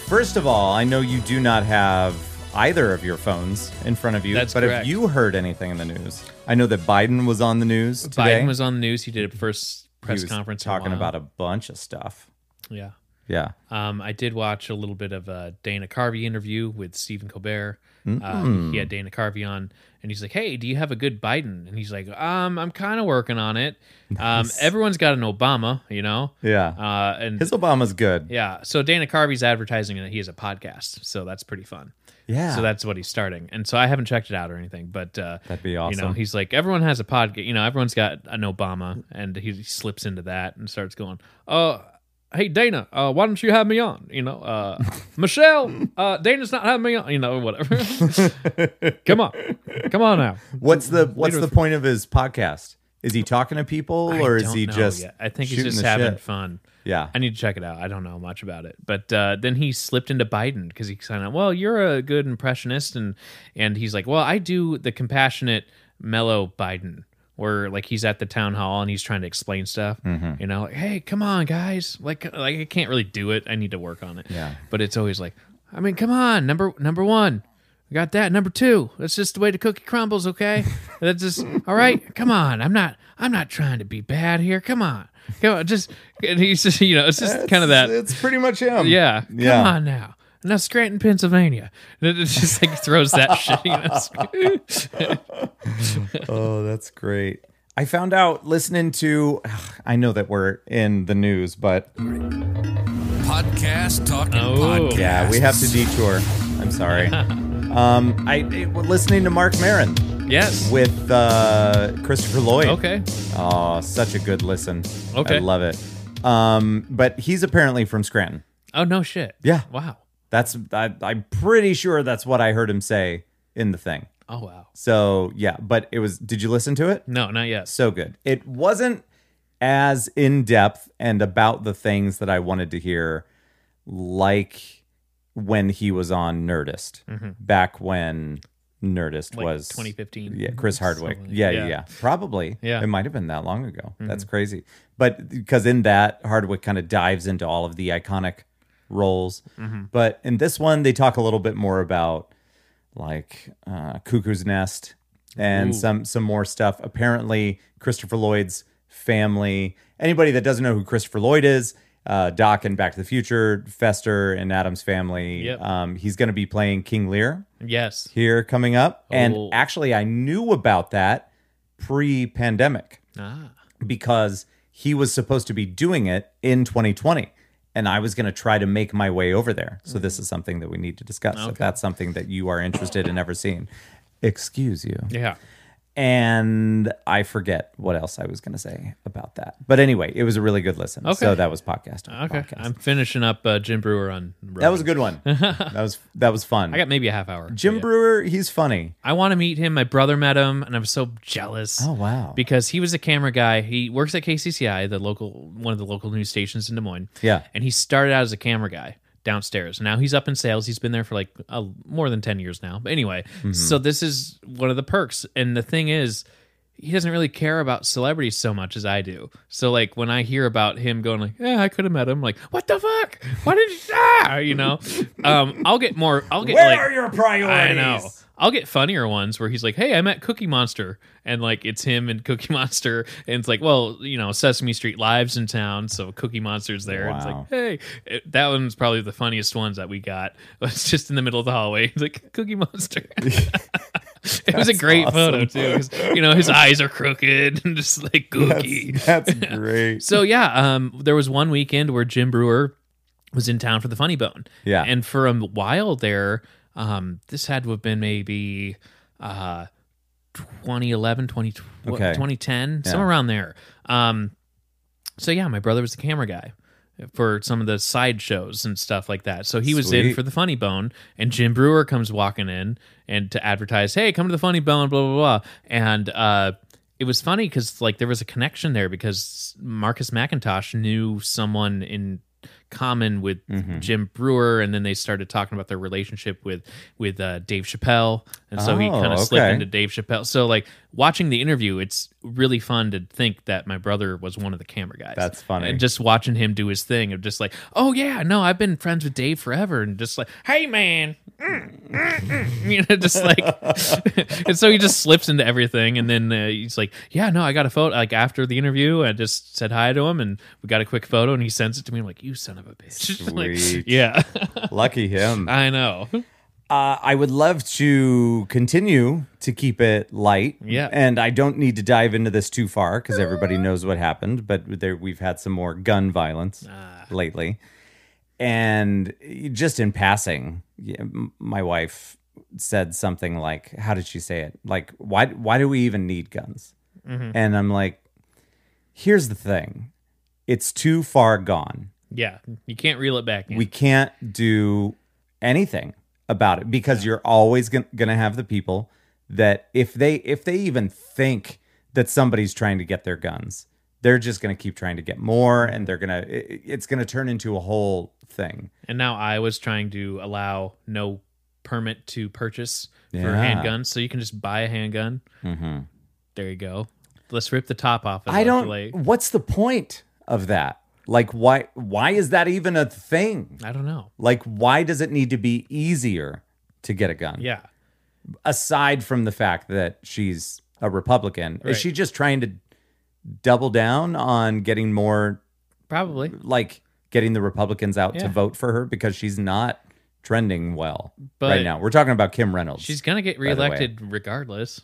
First of all, I know you do not have either of your phones in front of you.
That's
but
correct.
have you heard anything in the news? I know that Biden was on the news today.
Biden was on the news. He did a first press
He was
conference in a
talking
while.
about a bunch of stuff.
Yeah.
Yeah.
Um, I did watch a little bit of a Dana Carvey interview with Stephen Colbert. Uh, he had Dana Carvey on, and he's like, "Hey, do you have a good Biden?" And he's like, "Um, I'm kind of working on it. Um, everyone's got an Obama, you know.
Yeah.
Uh, and
His Obama's good.
yeah, so Dana Carvey's advertising that he has a podcast, so that's pretty fun.
Yeah.
So that's what he's starting, and so I haven't checked it out or anything, but uh,
That'd be
You know,
awesome.
he's like everyone has a podcast. You know, everyone's got an Obama, and he slips into that and starts going, "Uh, hey Dana, uh, why don't you have me on? You know, uh,
[laughs]
Michelle, uh, Dana's not having me on. You know, whatever. come on, come on now.
What's the what's
Leader
the
of-
point of his podcast? Is he talking to people
I
or is
don't
he
know
just
yet. I think he's
shooting
just
the
having
shit?
fun.
Yeah.
I need to check it out. I don't know much about it, but uh, then he slipped into Biden because he signed up. Well, you're a good impressionist, and and he's like, well, I do the compassionate, mellow Biden, where like he's at the town hall and he's trying to explain stuff.
Mm-hmm.
You know, like, hey, come on, guys, like like I can't really do it. I need to work on it.
Yeah.
but it's always like, I mean, come on, number number one. We got that. Number two, that's just the way the cookie crumbles.
[laughs]
Okay, that's just all right. Come on, I'm not. I'm not trying to be bad here. Come on, come on. Just and he's just you know it's just kind of that.
It's pretty much him.
yeah, come
yeah.
on now. Now Scranton, Pennsylvania. [laughs] And It just like throws that shit. You know? [laughs]
Oh, that's great. I found out listening to I know that we're in the news, but
Podcast talking
Oh.
podcast.
yeah, we have to detour.
[laughs]
I'm sorry. um I I- we're listening to Mark Marin
yes.
with uh Christopher Lloyd.
Okay.
Oh, such a good listen.
Okay.
I love it. Um but he's apparently from Scranton.
Oh no shit.
Yeah.
Wow.
That's I, I'm pretty sure that's what I heard him say in the thing.
Oh wow.
So yeah, but it was. Did you listen to it?
No, not yet.
So good. It wasn't as in depth and about the things that I wanted to hear, like when he was on Nerdist back when Nerdist
Like
was
2015.
yeah, Chris Hardwick.
Something like-
Yeah, yeah, yeah. Probably.
Yeah. Mm-hmm.
It might have been that long ago. That's crazy. But because in that, Hardwick kind of dives into all of the iconic roles.
Mm-hmm.
But in this one, they talk a little bit more about like uh, Cuckoo's Nest and some some more stuff. Apparently, Christopher Lloyd's family. Anybody that doesn't know who Christopher Lloyd is, uh, Doc and Back to the Future, Fester and Adam's family.
Yep.
Um, he's going to be playing King Lear
Yes.
here coming up.
Oh.
And actually, I knew about that pre pandemic
Ah.
because he was supposed to be doing it in 2020. And I was going to try to make my way over there. So,
Mm-hmm.
this is something that we need to discuss. If that's something that you are interested in ever seeing, excuse you.
Yeah.
And I forget what else I was going to say about that. But anyway, it was a really good listen.
Okay.
So, that was podcast.
Okay.
Podcast.
I'm finishing up uh, Jim Brewer on.
that was a
[laughs]
good one. that was that was fun.
I got maybe a half hour.
Jim
Yeah.
Brewer, he's funny.
I want to meet him. My brother met him, and I'm so jealous.
Oh wow.
Because he was a camera guy. He works at KCCI, the local one of the local news stations in Des Moines.
Yeah.
And he started out as a camera guy downstairs. Now he's up in sales. He's been there for like uh, more than 10 years now. But anyway,
Mm-hmm.
so this is one of the perks. And the thing is, he doesn't really care about celebrities so much as I do. So like when I hear about him going like, "Yeah, I could have met him." Like, "What the fuck? Why did you ah, you know?" [laughs] Um, I'll get more I'll get
Where
like
are your priorities?
I know. I'll get funnier ones where he's like, "Hey, I met Cookie Monster," and like it's him and Cookie [laughs] Monster, and it's like, "Well, you know, Sesame Street Live's in town, so Cookie Monster's there." And
Wow.
it's like, "Hey, It- that one's probably the funniest ones that we got." [laughs] It's just in the middle of the hallway. [laughs] It's like Cookie
[laughs]
Monster. it was a great photo too. 'cause, You know, his eyes are crooked [laughs] and just like Cookie. [laughs]
That's great.
So yeah, um, there was one weekend where Jim Brewer was in town for the Funny Bone.
Yeah.
and for a while there, um, this had to have been maybe uh, 2011, 20, what,
Okay.
2010,
Yeah.
somewhere around there. Um, so yeah, my brother was the camera guy for some of the side shows and stuff like that. So he was in
Sweet.
for the Funny Bone, and Jim Brewer comes walking in and to advertise, "Hey, come to the Funny Bone," blah blah blah. And uh, it was funny because like there was a connection there because Marcus McIntosh knew someone in common with
Mm-hmm.
Jim Brewer, and then they started talking about their relationship with with uh, Dave Chappelle, and so he
Oh,
kind of slipped
okay.
into Dave Chappelle. So like watching the interview, it's really fun to think that my brother was one of the camera guys.
That's funny.
And just watching him do his thing of just like, oh yeah, no, I've been friends with Dave forever, and just like, hey man, [laughs] mm, mm, mm," you know, just like, [laughs] and so he just slips into everything, and then uh, he's like, yeah, no, I got a photo. Like after the interview, I just said hi to him, and we got a quick photo, and he sends it to me. I'm like, you son of a bitch. [laughs] Like,
Sweet.
yeah,
Lucky him.
I know. [laughs]
Uh, I would love to continue to keep it light.
Yeah.
And I don't need to dive into this too far because everybody knows what happened, but there, we've had some more gun violence
Uh,
lately. And just in passing, yeah, m- my wife said something like, How did she say it? Like, why, why do we even need guns?
Mm-hmm.
And I'm like, Here's the thing it's too far gone
Yeah, you can't reel it back in.
we can't do anything about it because you're always gon- gonna have the people that if they if they even think that somebody's trying to get their guns they're just gonna keep trying to get more and they're gonna it, it's gonna turn into a whole thing
and now I was trying to allow no permit to purchase for
Yeah.
handguns, so you can just buy a handgun. There you go. Let's rip the top off. Of
i
it,
don't
Like,
what's the point of that like why why is that even a thing
I don't know.
like why does it need to be easier to get a gun
Yeah,
aside from the fact that she's a Republican,
Right.
is she just trying to double down on getting more
probably.
like getting the Republicans out
Yeah.
to vote for her because she's not trending well
But-
right now? We're talking about Kim Reynolds.
She's gonna get
the way.
reelected regardless.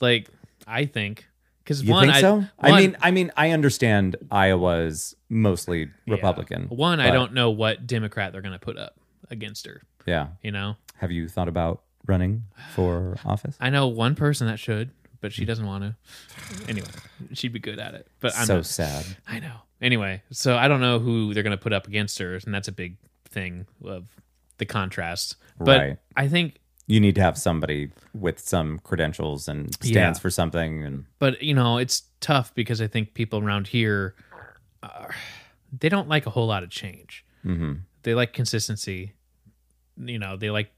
Like I think, because
you
one,
think
I,
so? I
one-
mean, I mean, I understand Iowa's mostly
yeah.
Republican.
One, I
but-
don't know what Democrat they're gonna put up against her.
Yeah.
You know,
Have you thought about running for office?
I know one person that should, but
Hmm.
she doesn't want to. Anyway, she'd be good at it, but [sighs] I'm
so
not.
sad.
I know. Anyway, so I don't know who they're going to put up against her, and that's a big thing of the contrast. But
Right.
I think,
You need to have somebody with some credentials and stands
Yeah.
for something and
but you know, it's tough because I think people around here, uh, they don't like a whole lot of change.
Mhm.
They like consistency. You know, they like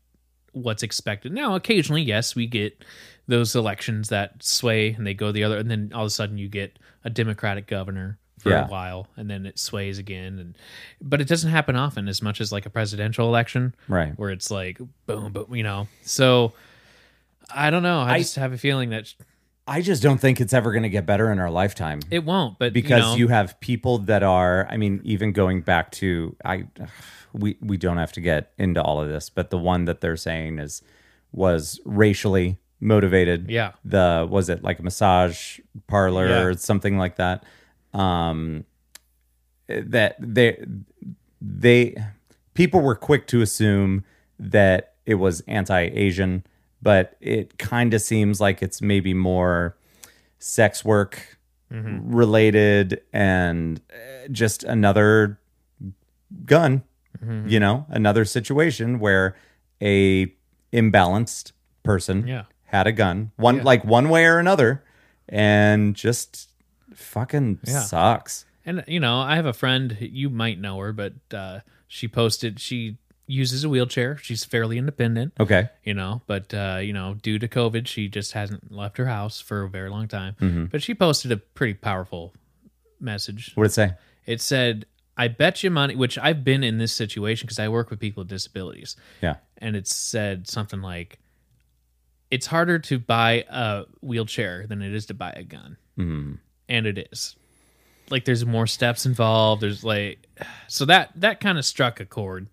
what's expected. Now, occasionally, yes, we get those elections that sway and they go the other, and then all of a sudden you get a Democratic governor for
Yeah.
a while, and then it sways again. And but it doesn't happen often as much as like a presidential election,
right.
where it's like boom, but you know. So I don't know. I,
I-
just have a feeling that
I just don't think it's ever going to get better in our lifetime
it won't. But
because
you, know,
you have people that are. I mean, even going back to I, we we don't have to get into all of this, but the one that they're saying is was racially motivated.
Yeah.
The was it like a massage parlor or
Yeah.
something like that? Um, that they they people were quick to assume that it was anti-Asian, but it kind of seems like it's maybe more sex work
Mm-hmm. Hmm.
related and uh, just another gun,
Mm-hmm.
you know, another situation where a imbalanced person
Yeah.
had a gun, one like one way or another, and just fucking
Yeah.
sucks.
And you know, I have a friend you might know her, but uh, she posted she uses a wheelchair. She's fairly independent,
Okay.
you know, but uh, you know, due to COVID, she just hasn't left her house for a very long time. But she posted a pretty powerful message.
What did it say?
It said, "I bet you money," which I've been in this situation because I work with people with disabilities
Yeah.
and it said something like it's harder to buy a wheelchair than it is to buy a gun
Mm-hmm.
and it is like there's more steps involved there's like so that that kind of struck a chord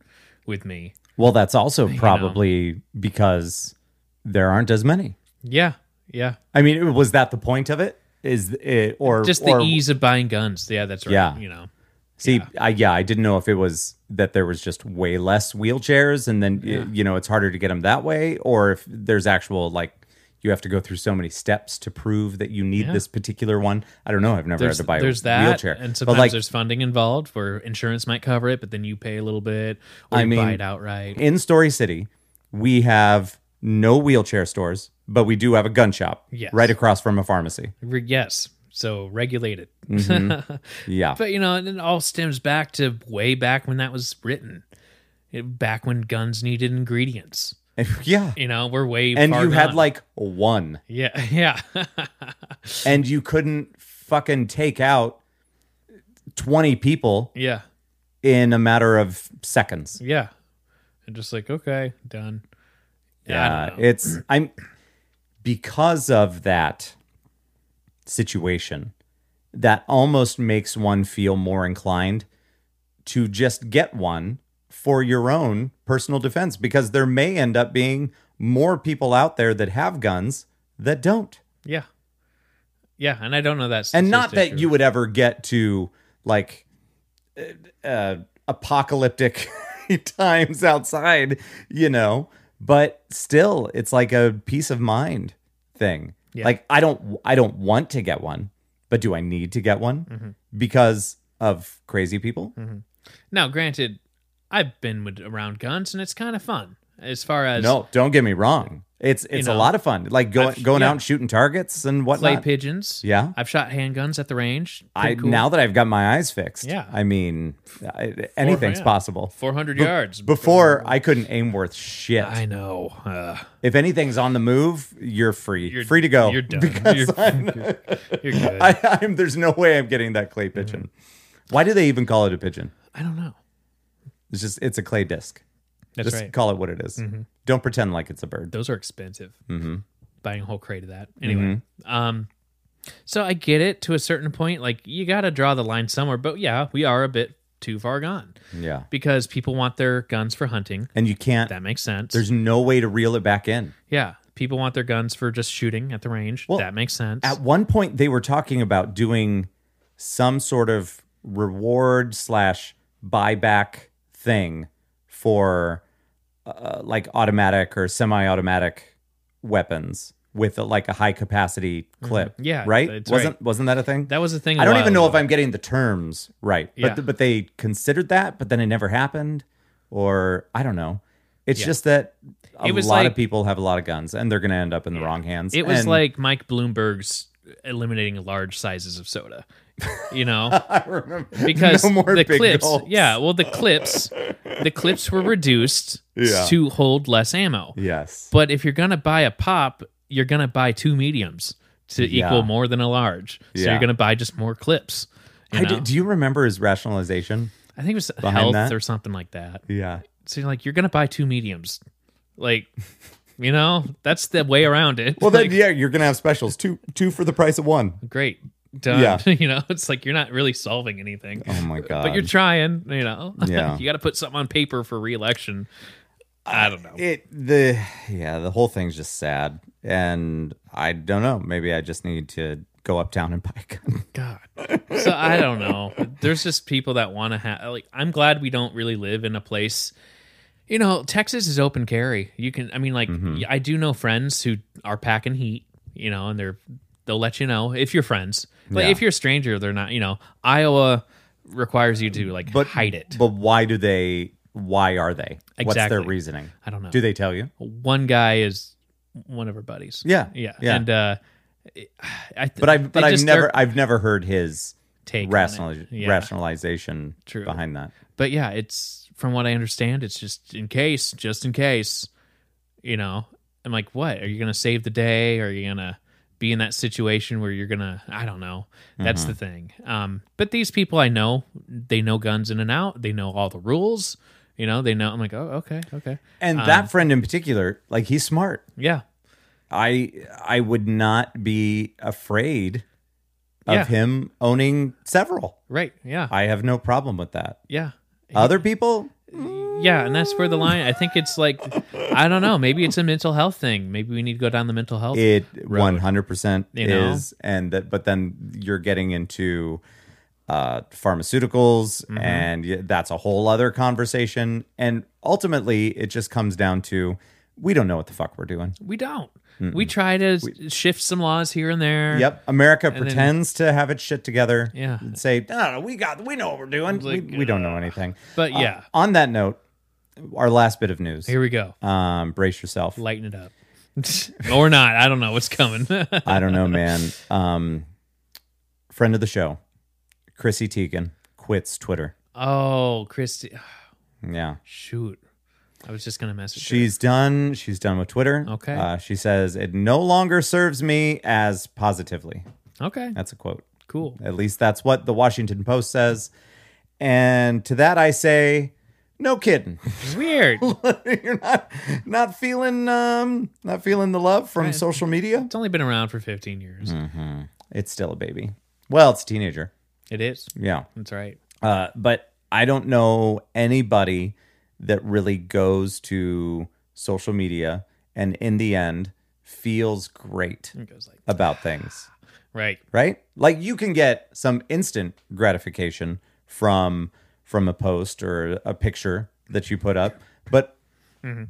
with me
Well, that's also probably because there aren't as many.
yeah yeah
I mean, was that the point of it? Is it or
just the
or-
ease of buying guns yeah that's right
Yeah.
you know
See, I, yeah, I didn't know if it was that there was just way less wheelchairs, and then y- you know it's harder to get them that way, or if there's actual like you have to go through so many steps to prove that you need
Yeah.
this particular one. I don't know. I've never
there's,
had to buy
there's
a
that
wheelchair,
and
but
sometimes
like
there's funding involved where insurance might cover it but then you pay a little bit or
I
you
mean,
buy it outright
in Story City, we have no wheelchair stores, but we do have a gun shop
Yes.
right across from a pharmacy.
Re- yes so regulate it
Yeah,
But you know, and it all stems back to way back when that was written, It- back when guns needed ingredients.
[laughs] yeah.
You know, we're way
And
far
you had
gone.
like one,
yeah, [laughs] yeah,
and you couldn't fucking take out 20 people
yeah,
in a matter of seconds.
yeah. And just like okay, done. I
Yeah,
don't know.
it's I'm because of that situation that almost makes one feel more inclined to just get one for your own personal defense because there may end up being more people out there that have guns that don't.
yeah, yeah. And I don't know that.
And not
statistic
that you
or-
would ever get to like uh, uh, apocalyptic [laughs] times outside, you know, but still it's like a peace of mind thing.
Yeah.
Like I don't I don't want to get one, but do I need to get one
Mm-hmm.
because of crazy people?
Now, granted, I've been with, around guns, and it's kind of fun. As far as
No, don't get me wrong. It's it's a
know,
lot of fun. Like going
I've-
going
yeah.
out and shooting targets and
clay
whatnot.
pigeons,
Yeah.
I've shot handguns at the range.
I now that I've got my eyes fixed,
Yeah.
I mean, I, anything's
yeah.
possible.
four hundred
Be-
yards
Before I couldn't aim worth shit.
I know. Uh,
If anything's on the move, you're free.
you're
free to go.
You're
[laughs]
done.
Because
You're,
I,
you're good. I,
[laughs] I, am there's no way I'm getting that clay pigeon.
Mm-hmm.
Why do they even call it a pigeon?
don't know.
It's just it's a clay disc.
That's
just
right. Mm-hmm.
call it what it is. Don't pretend like it's a bird.
Those are expensive.
Mm-hmm.
Buying a whole crate of that. Anyway, um, so I get it to a certain point. Like you got to draw the line somewhere. But yeah, we are a bit too far gone
Yeah.
because people want their guns for hunting.
And you can't.
That makes sense.
There's no way to reel it back in.
yeah, people want their guns for just shooting at the range.
Well,
that makes sense.
At one point, they were talking about doing some sort of reward slash buyback thing for uh, like automatic or semi-automatic weapons with a, like a high capacity clip.
Mm-hmm. Yeah,
right.
that's
wasn't
right.
wasn't that a thing?
that was a thing. I
I don't even know if I'm getting the terms right, but
Yeah.
th- but they considered that, but then it never happened, or I don't know. It's just that a
It was
lot
like-
of people have a lot of guns, and they're going to end up in the wrong hands.
It was
and-
like Mike Bloomberg's eliminating large sizes of soda. You
[laughs]
know,
I remember
because
no more
the
big
clips,
gulps.
yeah, well, the clips, the clips were reduced
Yeah.
to hold less ammo.
Yes.
But if you're gonna buy a pop, you're gonna buy two mediums to
Yeah.
equal more than a large. So
Yeah.
you're gonna buy just more clips. You
I
know?
do, do you remember his rationalization?
I think it was
behind
health
that?
or something like that.
Yeah.
So you're like, you're gonna buy two mediums, like, you know, that's the way around it.
Well,
Like,
then yeah, you're gonna have specials two two for the price of one.
great done
Yeah.
[laughs] you know it's like you're not really solving anything
Oh my
[laughs]
god.
but you're trying you know [laughs]
Yeah.
you got to put something on paper for reelection i don't know
it the yeah the whole thing's just sad, and I don't know. Maybe I just need to go uptown and [laughs] buy a gun.
god so i don't know there's just people that want to have like i'm glad we don't really live in a place you know texas is open carry you can i mean like
Mm-hmm.
i do know friends who are packing heat you know and they're they'll let you know if you're friends but
Yeah.
if you're a stranger they're not you know iowa requires you to like
But
hide it
But why do they? Why are they? What's their
Exactly.
reasoning?
i don't know
Do they tell you?
one guy is one of her buddies.
Yeah,
yeah,
yeah.
And uh, I th-
But I've but
they
I've
just-
never
their
I've never heard his
take on
rational,
it. Yeah.
rationalization
True.
behind that.
But yeah, it's from what I understand, it's just in case, just in case. You know, I'm like, what are you gonna save the day? Are you gonna be in that situation where you're gonna? I don't know. That's
Mm-hmm.
the thing. Um, but these people I know, they know guns in and out. They know all the rules. You know, they know. I'm like, oh, okay, okay,
And that friend in particular, like he's smart.
yeah,
I I would not be afraid of
Yeah.
him owning several.
right, yeah,
I have no problem with that.
yeah.
Other people,
Yeah, and that's where the line. I think it's like, I don't know. Maybe it's a mental health thing. Maybe we need to go down the mental health.
it one hundred percent
You know?
is, and that. But then you're getting into uh, pharmaceuticals,
Mm-hmm.
and y- that's a whole other conversation. And ultimately, it just comes down to we don't know what the fuck we're doing.
we don't. We try to s- shift some laws here and there.
Yep, America
then-
pretends to have its shit together.
Yeah.
and say no, no, no, we got, we know what we're doing.
Like,
we, we don't know anything.
But
Uh,
yeah,
on that note, our last bit of news.
here we go.
Um, brace yourself.
Lighten it up, [laughs] or not. I don't know what's coming. [laughs]
I don't know, man. Um, friend of the show, Chrissy Teigen quits Twitter.
oh, Christy,
Yeah,
shoot. I was just gonna message. her.
She's done. She's done with Twitter.
Okay.
Uh, she says it no longer serves me as positively.
okay.
That's a quote.
Cool.
At least that's what the Washington Post says. And to that I say, no kidding. [laughs]
Weird.
You're not not feeling um not feeling the love from
Right.
social media.
It's only been around for 15 years.
Mm. It's still a baby. Well, it's a teenager.
It is.
Yeah.
That's right.
Uh, but I don't know anybody that really goes to social media and in the end feels great
It goes like
about things,
right.
right? Like you can get some instant gratification from from a post or a picture that you put up, but
Mm-hmm.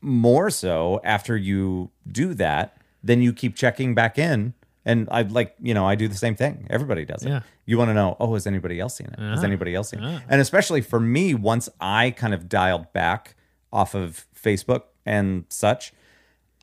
more so after you do that, then you keep checking back in. And I like, you know, I do the same thing. Everybody does it.
Yeah.
You want to know, oh, has anybody else seen it? Has
Uh-huh.
anybody else seen
Yeah.
it? And especially for me, once I kind of dialed back off of Facebook and such,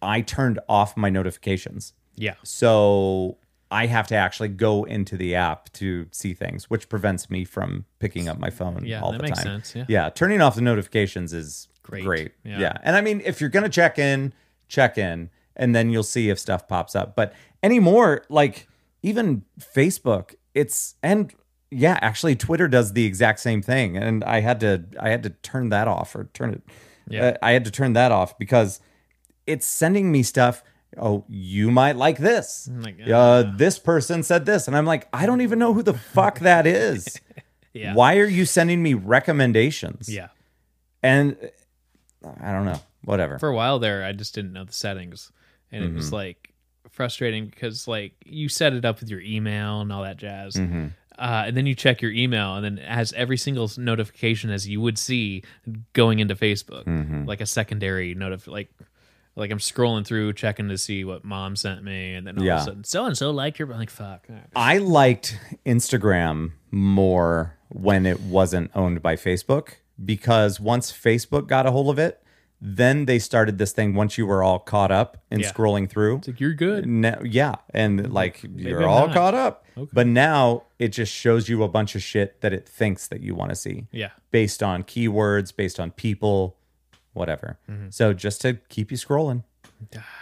I turned off my notifications.
Yeah.
So I have to actually go into the app to see things, which prevents me from picking up my phone
Yeah,
all
that
the
makes
time.
sense, yeah.
turning off the notifications is
Great,
great.
yeah.
Yeah. And I mean, if you're going to check in, check in and then you'll see if stuff pops up. But anymore, like even Facebook, it's and yeah, actually Twitter does the exact same thing and I had to I had to turn that off or turn it
Yeah.
uh, I had to turn that off because it's sending me stuff. Oh, you might like this.
like,
uh, this person said this, and I'm like, I don't even know who the fuck that is.
[laughs] Yeah.
Why are you sending me recommendations?
Yeah.
and uh, I don't know. Whatever.
For a while there, I just didn't know the settings, and it
Mm-hmm.
was like frustrating because like you set it up with your email and all that jazz.
Mm. Mm-hmm.
Uh, and then you check your email, and then it has every single s- notification as you would see going into Facebook,
Mm-hmm.
like a secondary notif, like like I'm scrolling through checking to see what mom sent me, and then all of
Yeah.
a sudden, so and so liked your, I'm like fuck,
I liked Instagram more when it wasn't owned by Facebook because once Facebook got a hold of it, then they started this thing. Once you were all caught up in
Yeah.
scrolling through,
it's like you're good,
No, yeah, and like you're
I'm
all
not.
caught up. But now it just shows you a bunch of shit that it thinks that you want to see
yeah,
based on keywords, based on people, whatever.
Mm-hmm.
So just to keep you scrolling.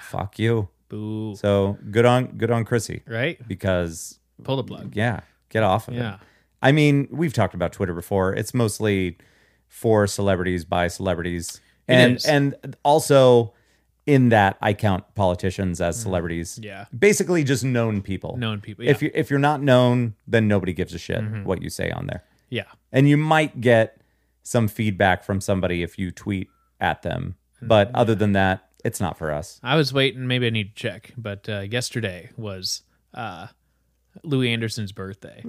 Fuck you.
boo,
So good on good on Chrissy
right?
because
Pull the plug,
yeah, get off of it.
yeah,
I mean, we've talked about Twitter before. It's mostly for celebrities by celebrities.
It
and
is.
and also in that I count politicians
Mm-hmm.
as celebrities.
yeah.
Basically just known people.
Known people,
If
yeah. Mm-hmm.
you if you're not known, then nobody gives a shit what you say on there.
yeah.
And you might get some feedback from somebody if you tweet at them.
Hmm.
But other than that, it's not for us.
I was waiting. Maybe I need to check. But uh, yesterday was uh, Louis Anderson's birthday.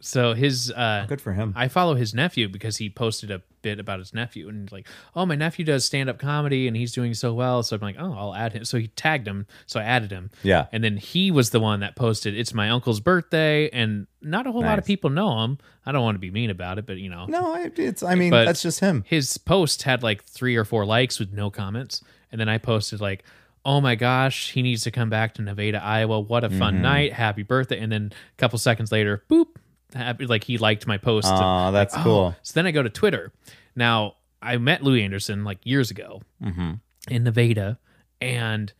So his uh,
Good for him.
I follow his nephew because he posted a bit about his nephew and he's like, oh, my nephew does stand up comedy and he's doing so well. So I'm like, oh, I'll add him. So he tagged him. So I added him.
Yeah.
And then he was the one that posted, it's my uncle's birthday. And not a whole lot of
Nice.
people know him. I don't want to be mean about it, but you know,
no, I, it's I mean,
But-
that's just him.
his post had like three or four likes with no comments and then i posted like oh my gosh he needs to come back to nevada iowa what a fun night happy birthday and then a couple seconds later boop happy, like he liked my post
Aw, that's
Like, oh.
cool.
so then i go to twitter now i met louis anderson like years ago
Mm-hmm.
in nevada and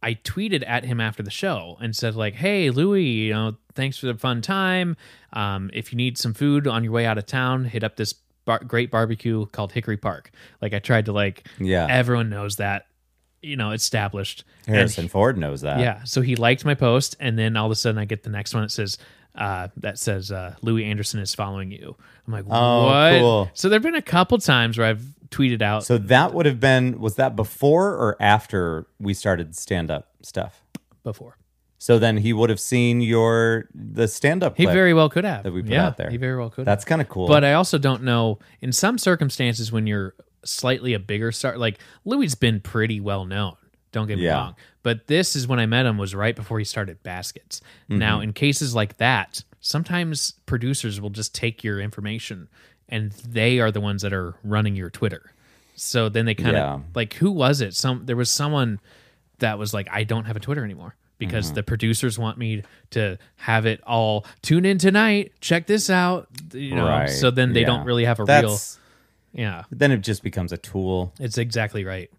I tweeted at him after the show and said like, "Hey Louis, you know, thanks for the fun time. Um, if you need some food on your way out of town, hit up this bar- great barbecue called Hickory Park." Like I tried to like,
Yeah.
everyone knows that, you know, established. And
Harrison Ford knows that.
yeah. So he liked my post, and then all of a sudden I get the next one that says, uh, that says uh, Louis Anderson is following you. I'm like,
Oh,
what?
cool.
So there've been a couple times where I've tweeted out.
So that would have been was that before or after we started stand up stuff?
before.
So then he would have seen your the stand up
He
clip.
very well could have.
that we put
yeah,
out there.
He very well could. have.
That's kind of cool.
But uh, I also don't know in some circumstances when you're slightly a bigger star, like Louis's been pretty well known. Don't get me
Yeah.
wrong. But this is when I met him was right before he started baskets.
Mm-hmm.
Now, in cases like that, sometimes producers will just take your information and they are the ones that are running your Twitter. So then they kind of
Yeah.
like who was it? Some there was someone that was like, I don't have a Twitter anymore because
Mm-hmm.
the producers want me to have it all tune in tonight, check this out. You know,
Right,
so then they
yeah.
don't really have a real
that's
Yeah,
Then it just becomes a tool.
it's exactly right.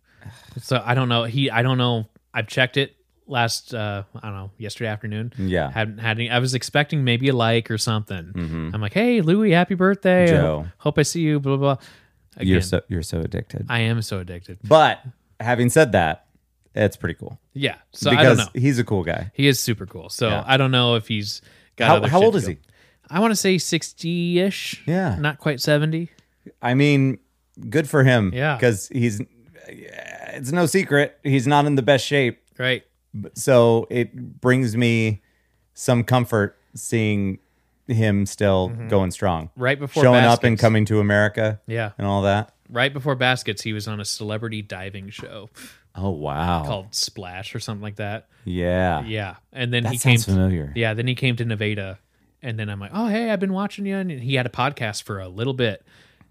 So I don't know. He, I don't know. I've checked it last. Uh, I don't know. Yesterday afternoon.
Yeah. Mm-hmm.
hadn't had any. I was expecting maybe a like or something. I'm like, hey, Louie, happy birthday.
Joe.
I hope I see you. Blah blah. blah. Again,
You're so you're so addicted.
I am so addicted.
but having said that, it's pretty cool
Yeah. So
because
I don't know.
he's a cool guy.
He is super cool. So
Yeah.
I don't know if he's got.
How-
other
how
shit
old
to
is
go.
he?
I want to say sixty ish.
Yeah.
Not quite seventy.
I mean, good for him.
Yeah.
because he's it's no secret he's not in the best shape.
Right.
So it brings me some comfort seeing him still going strong,
Mm-hmm. Right before
showing up
baskets.
and coming to America
Yeah.
and all that.
Right before baskets, he was on a celebrity diving show
Oh wow!
called Splash or something like that.
Yeah,
Yeah. And then
that
he came.
sounds familiar.
Yeah, then he came to Nevada, and then I'm like, oh hey, I've been watching you, and he had a podcast for a little bit.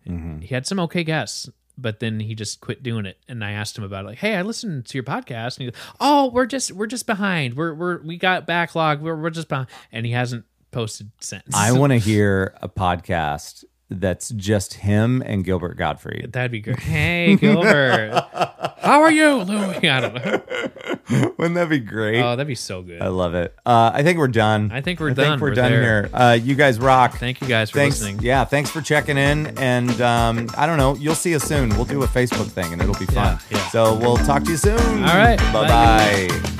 Mm-hmm.
He had some okay guests, but then he just quit doing it. And I asked him about it, like, hey, I listened to your podcast, and he goes, oh, we're just we're just behind. We're we're we got backlog. We're we're just behind, and he hasn't posted since.
[laughs] I want to hear a podcast that's just him and Gilbert
[laughs]
Gottfried.
That'd be great. Hey, Gilbert. How are you, [laughs] Louie? I don't know.
[laughs] Wouldn't that be great?
Oh, that'd be so good.
I love it. Uh, I think we're done.
I think we're
I
done.
think we're,
We're
done
there.
here. Uh, you guys rock.
Thank you guys for
thanks.
listening.
Yeah, thanks for checking in. And um, I don't know, you'll see us soon. We'll do a Facebook thing and it'll be fun.
Yeah, yeah.
So we'll talk to you soon.
All right.
Bye
Bye.
bye.